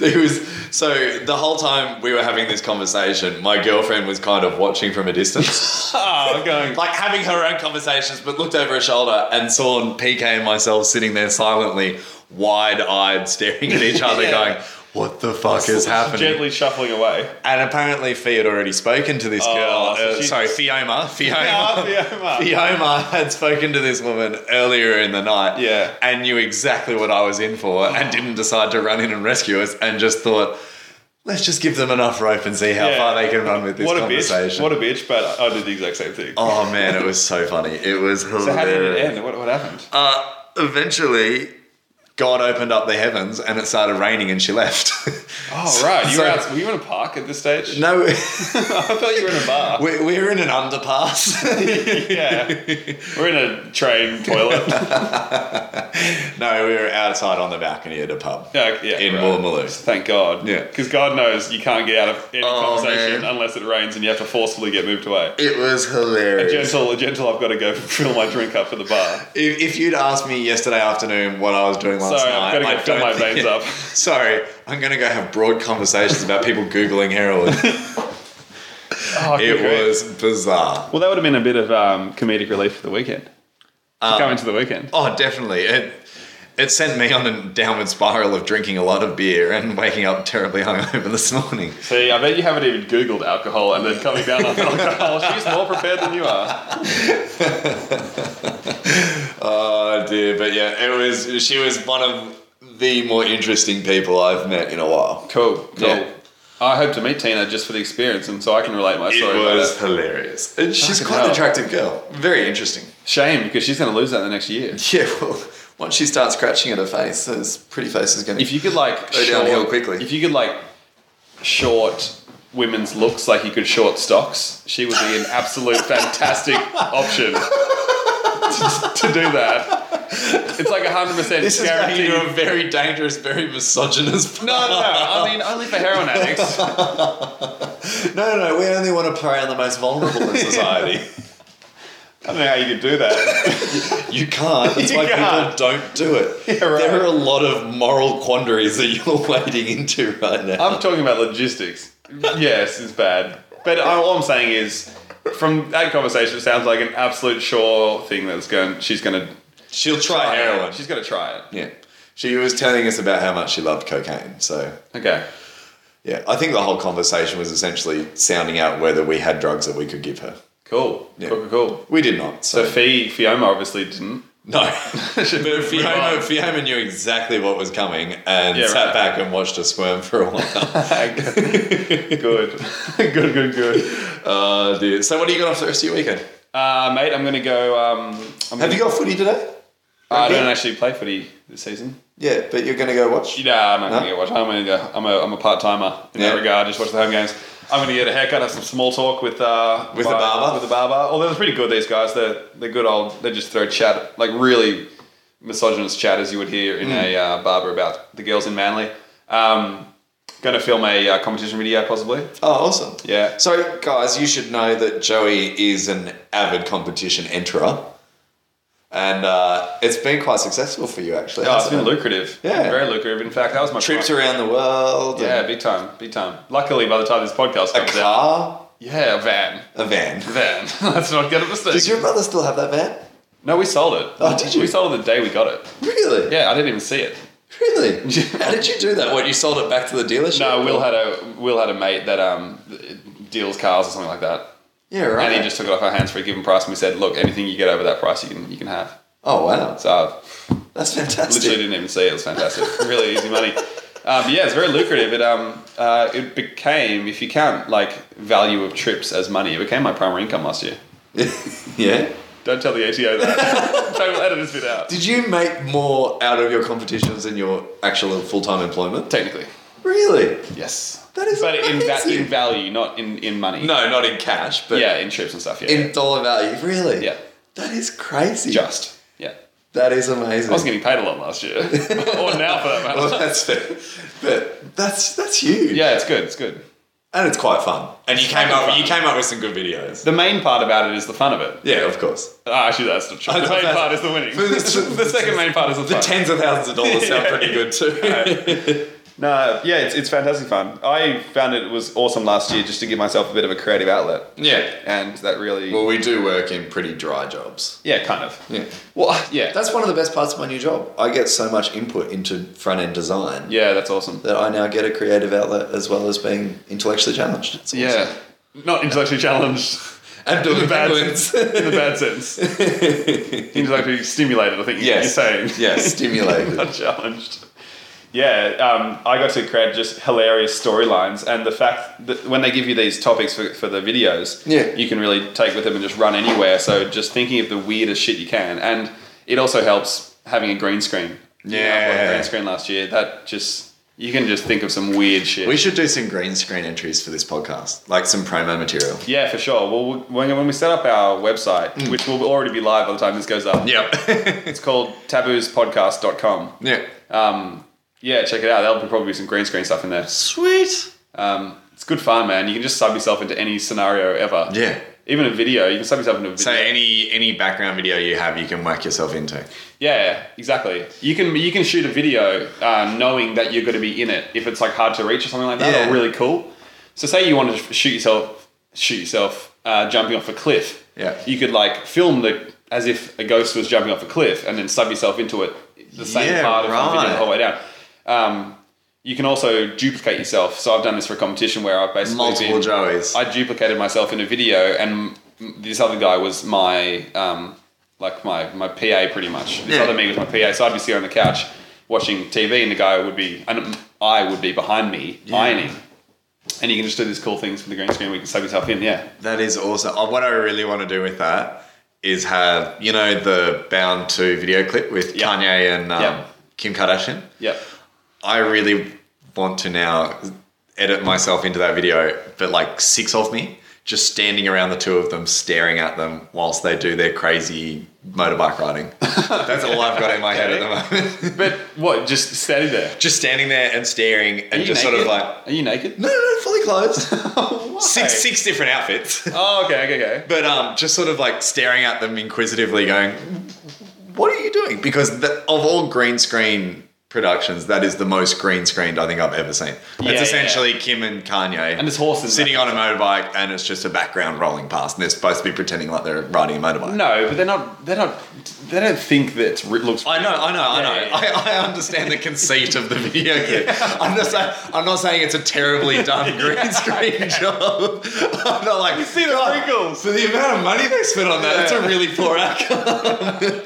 Speaker 2: It was so the whole time we were having this conversation, my girlfriend was kind of watching from a distance,
Speaker 1: Ah, I'm going.
Speaker 2: like having her own conversations, but looked over her shoulder and saw PK and myself sitting there silently, wide-eyed, staring at each other,
Speaker 1: Yeah.
Speaker 2: going, "What the fuck is happening?"
Speaker 1: Gently shuffling away.
Speaker 2: And apparently, Fee had already spoken to this girl.
Speaker 1: Oh, so
Speaker 2: uh,
Speaker 1: she-
Speaker 2: sorry, Fioma.
Speaker 1: Ah,
Speaker 2: Fioma.
Speaker 1: Fiona.
Speaker 2: Fioma had spoken to this woman earlier in the night
Speaker 1: Yeah. Oh.
Speaker 2: and knew exactly what I was in for and didn't decide to run in and rescue us and just thought, let's just give them enough rope and see how
Speaker 1: Yeah.
Speaker 2: far they can run with this
Speaker 1: What a bitch!
Speaker 2: conversation.
Speaker 1: What a bitch! But I did the exact same thing.
Speaker 2: oh man, it was so funny. It was hilarious.
Speaker 1: so how did it end? What, what happened?
Speaker 2: Uh, eventually, God opened up the heavens and it started raining and she left.
Speaker 1: Oh right, you
Speaker 2: So-
Speaker 1: were out. Were you in a park at this stage?
Speaker 2: No,
Speaker 1: I thought you were in a bar.
Speaker 2: we, we were in an underpass.
Speaker 1: yeah, we're in a train toilet.
Speaker 2: no, we were outside on the balcony at a pub
Speaker 1: yeah, yeah,
Speaker 2: in
Speaker 1: right.
Speaker 2: Woolloomooloo.
Speaker 1: Thank God.
Speaker 2: Yeah.
Speaker 1: Because God knows you can't get out of any
Speaker 2: Oh,
Speaker 1: conversation
Speaker 2: man.
Speaker 1: unless it rains and you have to forcefully get moved away.
Speaker 2: It was hilarious.
Speaker 1: Gentle, gentle, I've got to go fill my drink up for the bar.
Speaker 2: If, if you'd asked me yesterday afternoon what I was doing last
Speaker 1: Sorry,
Speaker 2: night,
Speaker 1: I've gotta go
Speaker 2: I
Speaker 1: fill
Speaker 2: don't
Speaker 1: my
Speaker 2: think-
Speaker 1: veins up.
Speaker 2: Sorry, I'm going to go have broad conversations about people googling heroin.
Speaker 1: Oh,
Speaker 2: it
Speaker 1: great.
Speaker 2: was bizarre.
Speaker 1: Well, that would have been a bit of um, comedic relief for the weekend.
Speaker 2: Um,
Speaker 1: Going to the weekend.
Speaker 2: Oh, definitely. It it sent me on a downward spiral of drinking a lot of beer and waking up terribly hungover this morning.
Speaker 1: See, I bet you haven't even Googled alcohol and then coming down on alcohol. She's more prepared than you are.
Speaker 2: Oh dear, but yeah, it was. She was one of the more interesting people I've met in a while.
Speaker 1: Cool, cool.
Speaker 2: Yeah.
Speaker 1: I hope to meet Tina just for the experience, and so I can relate my
Speaker 2: It
Speaker 1: story. about
Speaker 2: was
Speaker 1: it.
Speaker 2: hilarious. And she's
Speaker 1: Fucking
Speaker 2: quite an
Speaker 1: hell.
Speaker 2: attractive girl. Very interesting.
Speaker 1: Shame because she's going to lose that in the next year.
Speaker 2: Yeah, well, once she starts scratching at her face, this pretty face is going
Speaker 1: If you could like
Speaker 2: Go downhill quickly.
Speaker 1: If you could like short women's looks like you could short stocks, she would be an absolute fantastic option to, to do that. It's like hundred percent
Speaker 2: This is going
Speaker 1: guaranteed.
Speaker 2: into
Speaker 1: No,
Speaker 2: a very dangerous, very misogynist.
Speaker 1: no, no. I mean, only for heroin addicts.
Speaker 2: no, no, no. We only want to prey on the most vulnerable in society.
Speaker 1: I don't know how you could do that.
Speaker 2: you can't. That's
Speaker 1: You
Speaker 2: why
Speaker 1: can't.
Speaker 2: people don't do it.
Speaker 1: Yeah, right.
Speaker 2: There are a lot of moral quandaries that you're wading into right now.
Speaker 1: I'm talking about logistics. Yes, it's bad. But I- all I'm saying is, from that conversation, it sounds like an absolute sure thing that's going. She's going to
Speaker 2: She'll try heroin.
Speaker 1: She's going to try it.
Speaker 2: yeah. She was telling us about how much she loved cocaine. So,
Speaker 1: Okay.
Speaker 2: yeah, I think the whole conversation was essentially sounding out whether we had drugs that we could give her.
Speaker 1: Cool.
Speaker 2: Yeah.
Speaker 1: Cool. Cool. cool.
Speaker 2: We did not. So,
Speaker 1: So Fee Fioma obviously didn't.
Speaker 2: no. But Fiona, Fiona knew exactly what was coming and
Speaker 1: Yeah,
Speaker 2: sat
Speaker 1: right.
Speaker 2: back and watched us squirm for a while.
Speaker 1: good. Good. Good. Good.
Speaker 2: uh, dear. So, what do you got off the rest of your weekend?
Speaker 1: Uh, mate, I'm gonna go. Um, I'm
Speaker 2: Have
Speaker 1: gonna,
Speaker 2: you got footy today?
Speaker 1: I don't
Speaker 2: rugby?
Speaker 1: actually play footy this season.
Speaker 2: Yeah, but you're going to go watch.
Speaker 1: Nah, I'm not gonna
Speaker 2: No?
Speaker 1: get watch. I'm gonna go. I'm a I'm a part timer in
Speaker 2: Yeah.
Speaker 1: that regard. Just watch the home games. I'm gonna get a haircut, have some small talk with uh
Speaker 2: With the barber?
Speaker 1: with the barber. Although they're pretty good these guys. They're they're good old. They just throw chat like really
Speaker 2: Hmm.
Speaker 1: misogynist chat as you would hear in a uh, barber about the girls in Manly. Um, Going to film a uh, competition video, possibly.
Speaker 2: Oh, awesome.
Speaker 1: Yeah.
Speaker 2: So, guys, you should know that Joey is an avid competition enterer. And uh, it's been quite successful for you, actually.
Speaker 1: Oh, it's
Speaker 2: hasn't
Speaker 1: been
Speaker 2: it?
Speaker 1: lucrative.
Speaker 2: Yeah.
Speaker 1: Very lucrative. In fact, that was my
Speaker 2: Trips
Speaker 1: prime-
Speaker 2: around the world.
Speaker 1: Yeah,
Speaker 2: and
Speaker 1: big time, big time. Luckily, by the time this podcast
Speaker 2: A
Speaker 1: comes out,
Speaker 2: car,
Speaker 1: yeah, a van,
Speaker 2: a van.
Speaker 1: van. Let's not get a
Speaker 2: Does
Speaker 1: mistake.
Speaker 2: your brother still have that van?
Speaker 1: no, we sold it.
Speaker 2: Oh, did you?
Speaker 1: We sold it the day we got it.
Speaker 2: Really?
Speaker 1: Yeah, I didn't even see it.
Speaker 2: Really? How did you do that? What, you sold it back to the dealership?
Speaker 1: No, Will had a Will had a mate that um deals cars or something like that,
Speaker 2: Yeah, right.
Speaker 1: and he just took it off our hands for a given price, and we said, look, anything you get over that price, you can you can have.
Speaker 2: Oh, wow.
Speaker 1: So I
Speaker 2: That's fantastic.
Speaker 1: literally didn't even see it. It was fantastic. really easy money. Um, yeah, it's very lucrative. It um uh, it became, if you count like value of trips as money, it became my primary income last year.
Speaker 2: yeah.
Speaker 1: Don't tell the ATO that. Don't edit this bit out.
Speaker 2: Did you make more out of your competitions than your actual full time employment?
Speaker 1: Technically,
Speaker 2: Really?
Speaker 1: yes.
Speaker 2: That is
Speaker 1: but in, va-
Speaker 2: amazing.
Speaker 1: in value, not in, in money.
Speaker 2: No, not in cash, but
Speaker 1: Yeah, in trips and stuff. Yeah.
Speaker 2: in dollar value. Really?
Speaker 1: Yeah.
Speaker 2: That is crazy.
Speaker 1: Just. Yeah.
Speaker 2: That is amazing.
Speaker 1: I was getting paid a lot last year, or now for that
Speaker 2: well,
Speaker 1: matter.
Speaker 2: that's fair. But that's that's huge.
Speaker 1: Yeah, it's good. It's good.
Speaker 2: And it's quite fun. And you came up you came up with some good videos.
Speaker 1: The main part about it is the fun of it.
Speaker 2: Yeah, of course.
Speaker 1: Ah, actually, that's not true.
Speaker 2: I
Speaker 1: The
Speaker 2: thought
Speaker 1: main
Speaker 2: that's-
Speaker 1: part is the winning.
Speaker 2: For this-
Speaker 1: the second main part is the
Speaker 2: The
Speaker 1: fun.
Speaker 2: tens of thousands of dollars sound
Speaker 1: Yeah.
Speaker 2: pretty good too.
Speaker 1: no, yeah, it's, it's fantastic fun. I found it was awesome last year just to give myself a bit of a creative outlet,
Speaker 2: yeah.
Speaker 1: and that really,
Speaker 2: Well, we do work in pretty dry jobs.
Speaker 1: yeah, kind of.
Speaker 2: Yeah.
Speaker 1: Well, uh, yeah,
Speaker 2: That's one of the best parts of my new job. I get so much input into front end design
Speaker 1: yeah, that's awesome.
Speaker 2: that I now get a creative outlet as well as being intellectually challenged. It's awesome.
Speaker 1: Yeah, not intellectually challenged.
Speaker 2: And
Speaker 1: in the
Speaker 2: doing
Speaker 1: bad
Speaker 2: penguins.
Speaker 1: sense. In the bad sense. intellectually stimulated. I think
Speaker 2: Yes.
Speaker 1: you're saying.
Speaker 2: Yeah, stimulated.
Speaker 1: not challenged. Yeah, um, I got to create just hilarious storylines, and the fact that when they give you these topics for, for the videos,
Speaker 2: Yeah.
Speaker 1: you can really take with them and just run anywhere. So just thinking of the weirdest shit you can, and it also helps having a green screen. You know, I bought
Speaker 2: Yeah.
Speaker 1: a green screen last year. That just you can just think of some weird shit.
Speaker 2: We should do some green screen entries for this podcast, like some promo material.
Speaker 1: Yeah, for sure. Well, when, when we set up our website,
Speaker 2: Mm.
Speaker 1: which will already be live by the time this goes up,
Speaker 2: Yep.
Speaker 1: it's called taboospodcast.com.
Speaker 2: yeah.
Speaker 1: Um, yeah, check it out. There'll be probably some green screen stuff in there.
Speaker 2: Sweet.
Speaker 1: Um, it's good fun, man. You can just sub yourself into any scenario ever.
Speaker 2: Yeah.
Speaker 1: Even a video. You can sub yourself into a video.
Speaker 2: So any any background video you have, you can whack yourself into.
Speaker 1: yeah, exactly. You can you can shoot a video uh, knowing that you're going to be in it if it's like hard to reach or something like that
Speaker 2: Yeah.
Speaker 1: or really cool. So say you wanted to shoot yourself shoot yourself uh, jumping off a cliff.
Speaker 2: Yeah.
Speaker 1: You could like film the as if a ghost was jumping off a cliff and then sub yourself into it the same
Speaker 2: Yeah,
Speaker 1: part of the video
Speaker 2: right.
Speaker 1: the whole way down. Um, you can also duplicate yourself. So I've done this for a competition where I've basically
Speaker 2: Multiple
Speaker 1: been-
Speaker 2: Joeys.
Speaker 1: I duplicated myself in a video, and m- this other guy was my um, like my my PA pretty much. This
Speaker 2: Yeah.
Speaker 1: other me was my PA, so I'd be sitting on the couch watching TV, and the guy would be and I would be behind me ironing. And you can just do these cool things from the green screen. We can save yourself in, yeah.
Speaker 2: That is awesome. Uh, What I really want to do with that is have you know the Bound to video clip with
Speaker 1: Yeah.
Speaker 2: Kanye and um,
Speaker 1: Yeah.
Speaker 2: Kim Kardashian.
Speaker 1: Yep.
Speaker 2: I really want to now edit myself into that video, but like six of me just standing around the two of them, staring at them whilst they do their crazy motorbike riding. That's all I've got in my head at the moment.
Speaker 1: But what? Just standing there.
Speaker 2: just standing there and staring
Speaker 1: Are
Speaker 2: and
Speaker 1: you
Speaker 2: just sort
Speaker 1: naked?
Speaker 2: of like,
Speaker 1: Are you naked?
Speaker 2: no, no, no, fully clothed.
Speaker 1: Why?
Speaker 2: six, six different outfits.
Speaker 1: Oh, okay, okay, okay.
Speaker 2: But um, just sort of like staring at them inquisitively, going, "What are you doing?" Because the, of all green screen productions, that is the most green screened I think I've ever seen. It's
Speaker 1: Yeah, yeah.
Speaker 2: essentially Kim and Kanye,
Speaker 1: And there's horses.
Speaker 2: sitting on a motorbike, and it's just a background rolling past, and they're supposed to be pretending like they're riding a motorbike.
Speaker 1: No, but they're not. They're not. They don't think that it looks.
Speaker 2: I know, I know, I
Speaker 1: Yeah,
Speaker 2: know.
Speaker 1: yeah,
Speaker 2: I, I understand the conceit of the video clip. I'm just saying, I'm not saying it's a terribly done green screen job. I'm not like you
Speaker 1: see the wrinkles."
Speaker 2: for the amount of money they spent on that. It's a
Speaker 1: Yeah.
Speaker 2: really poor outcome.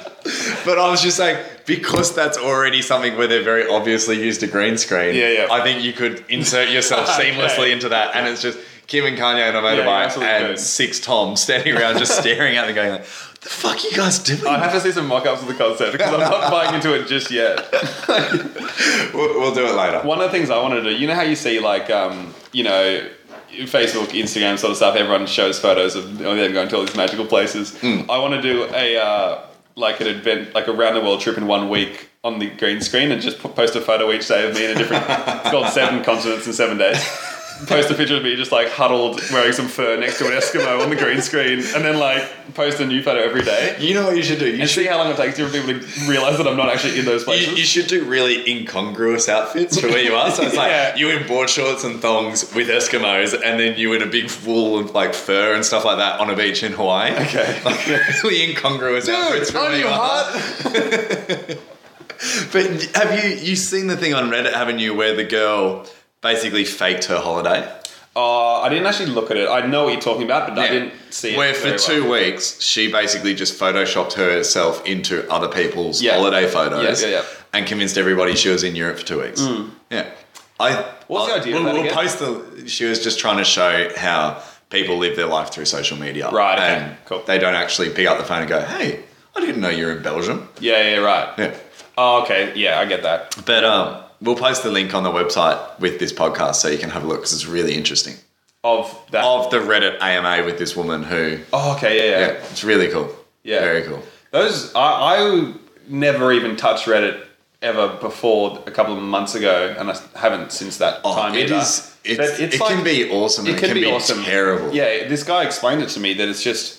Speaker 2: but I was just saying because that's already something where they're very obviously used a green screen.
Speaker 1: Yeah, yeah.
Speaker 2: I think you could insert yourself
Speaker 1: Okay.
Speaker 2: seamlessly into that, and it's just. Kim and Kanye on a
Speaker 1: you
Speaker 2: motorbike
Speaker 1: absolutely
Speaker 2: and
Speaker 1: could.
Speaker 2: six Toms standing around just staring at them going like, what the fuck are you guys doing?
Speaker 1: I have to see some mock-ups of the concept because I'm not buying into it just yet.
Speaker 2: We'll, we'll do it later.
Speaker 1: One of the things I wanted to do, you know how you see like, um, you know, Facebook, Instagram sort of stuff, everyone shows photos of them going to all these magical places. I want to do a, uh, like an event, like a round the world trip in one week on the green screen and just po- post a photo each day of me in a different. it's called Seven Continents in Seven Days. Post a picture of me just like huddled wearing some fur next to an Eskimo on the green screen, and then like post a new photo every day
Speaker 2: You know what you should do? You
Speaker 1: and
Speaker 2: should,
Speaker 1: see how long it takes different people to realize that I'm not actually in those
Speaker 2: you,
Speaker 1: places.
Speaker 2: you should do really incongruous outfits for where you are. So it's like
Speaker 1: Yeah.
Speaker 2: you in board shorts and thongs with Eskimos, and then you in a big wool and like fur and stuff like that on a beach in Hawaii.
Speaker 1: Okay.
Speaker 2: like really incongruous outfits for
Speaker 1: aren't
Speaker 2: where
Speaker 1: you
Speaker 2: you are. But have you you seen the thing on Reddit, haven't you, where the girl basically faked her holiday?
Speaker 1: Uh, I didn't actually look at it. I know what you're talking about, but I
Speaker 2: Yeah.
Speaker 1: didn't see it.
Speaker 2: Where for
Speaker 1: very well.
Speaker 2: two weeks she basically just photoshopped herself into other people's
Speaker 1: Yeah.
Speaker 2: holiday photos
Speaker 1: Yeah, yeah, yeah.
Speaker 2: and convinced everybody she was in Europe for two weeks. Yeah. I
Speaker 1: What's the
Speaker 2: I'll-
Speaker 1: idea of
Speaker 2: We'll,
Speaker 1: that
Speaker 2: we'll
Speaker 1: again?
Speaker 2: post the she was just trying to show how people live their life through social media.
Speaker 1: Right, okay,
Speaker 2: And
Speaker 1: cool.
Speaker 2: they don't actually pick up the phone and go, Hey, I didn't know you're in Belgium.
Speaker 1: Yeah, yeah, right.
Speaker 2: Yeah.
Speaker 1: Oh, okay. Yeah, I get that.
Speaker 2: But um We'll post the link on the website with this podcast so you can have a look because it's really interesting.
Speaker 1: Of that.
Speaker 2: Of the Reddit AMA with this woman who,
Speaker 1: oh, okay. Yeah, yeah.
Speaker 2: yeah, it's really cool.
Speaker 1: Yeah.
Speaker 2: Very cool.
Speaker 1: Those I, I never even touched Reddit ever before a couple of months ago, and I haven't since that
Speaker 2: Oh,
Speaker 1: time
Speaker 2: it
Speaker 1: either.
Speaker 2: is.
Speaker 1: But
Speaker 2: It's, it
Speaker 1: like-
Speaker 2: can be awesome. and It can, be, terrible.
Speaker 1: Yeah, this guy explained it to me that it's just.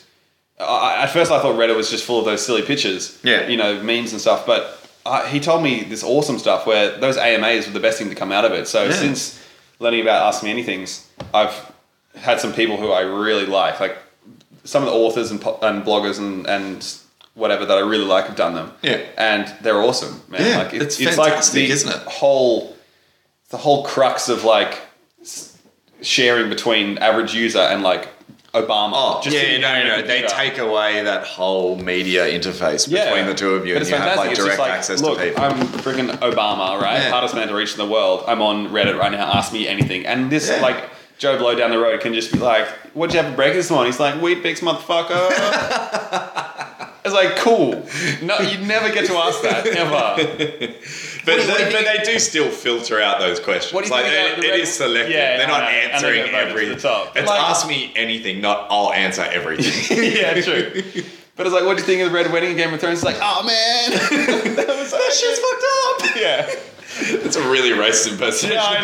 Speaker 1: I- I, at first, I thought Reddit was just full of those silly pictures.
Speaker 2: Yeah.
Speaker 1: You know, memes and stuff. But uh, he told me this awesome stuff where those AMAs were the best thing to come out of it. So
Speaker 2: Yeah.
Speaker 1: since learning about Ask Me Anythings, I've had some people who I really like, like some of the authors and, po- and bloggers and, and whatever that I really like have done them.
Speaker 2: Yeah.
Speaker 1: And they're awesome, man.
Speaker 2: Yeah,
Speaker 1: like it-
Speaker 2: it's
Speaker 1: like
Speaker 2: fantastic,
Speaker 1: the
Speaker 2: isn't it?
Speaker 1: whole the whole crux of like s- sharing between average user and like Obama.
Speaker 2: Oh,
Speaker 1: Just
Speaker 2: yeah,
Speaker 1: sitting down
Speaker 2: no,
Speaker 1: at
Speaker 2: no,
Speaker 1: a
Speaker 2: They
Speaker 1: computer.
Speaker 2: take away that whole media interface
Speaker 1: Yeah.
Speaker 2: between the two of you, and
Speaker 1: But it's
Speaker 2: you have
Speaker 1: fantastic.
Speaker 2: like
Speaker 1: It's
Speaker 2: direct access
Speaker 1: just look,
Speaker 2: to people.
Speaker 1: I'm freaking Obama, right?
Speaker 2: Yeah.
Speaker 1: Hardest man to reach in the world. I'm on Reddit right now. Ask me anything. And this
Speaker 2: Yeah.
Speaker 1: like Joe Blow down the road can just be like, "What'd you have for breakfast this morning?" He's like, "Wheat bix, motherfucker." it's like cool. No, you never get to ask that ever.
Speaker 2: but,
Speaker 1: what do you-
Speaker 2: they,
Speaker 1: what do you-
Speaker 2: but they do still filter out those questions.
Speaker 1: What do you
Speaker 2: like
Speaker 1: think
Speaker 2: they-
Speaker 1: about the
Speaker 2: it
Speaker 1: Reddit-
Speaker 2: is selective.
Speaker 1: Yeah,
Speaker 2: They're
Speaker 1: I
Speaker 2: not
Speaker 1: know, and they
Speaker 2: answering
Speaker 1: get voted to
Speaker 2: everything.
Speaker 1: the top.
Speaker 2: It's
Speaker 1: Like-
Speaker 2: ask me anything, not I'll answer everything.
Speaker 1: yeah, true. But it's like, what do you think of the Red Wedding in Game of Thrones? It's like, oh man, that was
Speaker 2: that shit's fucked up.
Speaker 1: yeah.
Speaker 2: It's a really racist person.
Speaker 1: Yeah, I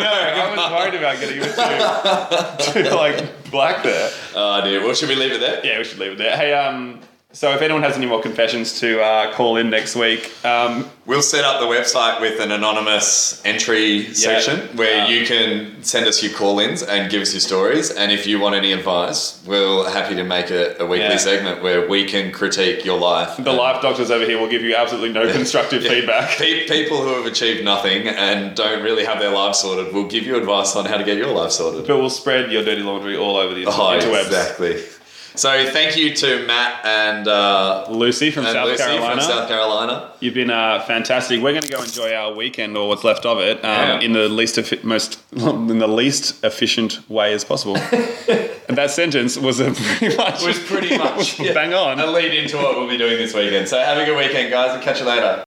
Speaker 1: know. I was worried about getting it too, too like black there.
Speaker 2: Oh, dear. Well, should we leave it there?
Speaker 1: Yeah, we should leave it there. Hey, um, so if anyone has any more confessions to uh, call in next week, um,
Speaker 2: We'll set up the website with an anonymous entry section where
Speaker 1: Yeah.
Speaker 2: you can send us your call ins and give us your stories. And if you want any advice, we're happy to make a, a weekly
Speaker 1: Yeah.
Speaker 2: segment where we can critique your life.
Speaker 1: the life doctors over here will give you absolutely no constructive
Speaker 2: Yeah.
Speaker 1: feedback.
Speaker 2: Pe- people who have achieved nothing and don't really have their lives sorted will give you advice on how to get your life sorted.
Speaker 1: But we'll spread your dirty laundry all over the inter-
Speaker 2: Oh,
Speaker 1: interwebs.
Speaker 2: exactly. So thank you to Matt and, uh,
Speaker 1: Lucy from
Speaker 2: and
Speaker 1: South
Speaker 2: Lucy
Speaker 1: Carolina.
Speaker 2: from South Carolina.
Speaker 1: You've been uh, fantastic. We're going to go enjoy our weekend or what's left of it
Speaker 2: Yeah.
Speaker 1: um, in the least effi- most in the least efficient way as possible. and that sentence was a pretty much
Speaker 2: Was pretty much,
Speaker 1: bang on.
Speaker 2: A lead into what we'll be doing this weekend. So have a good weekend, guys, and catch you later.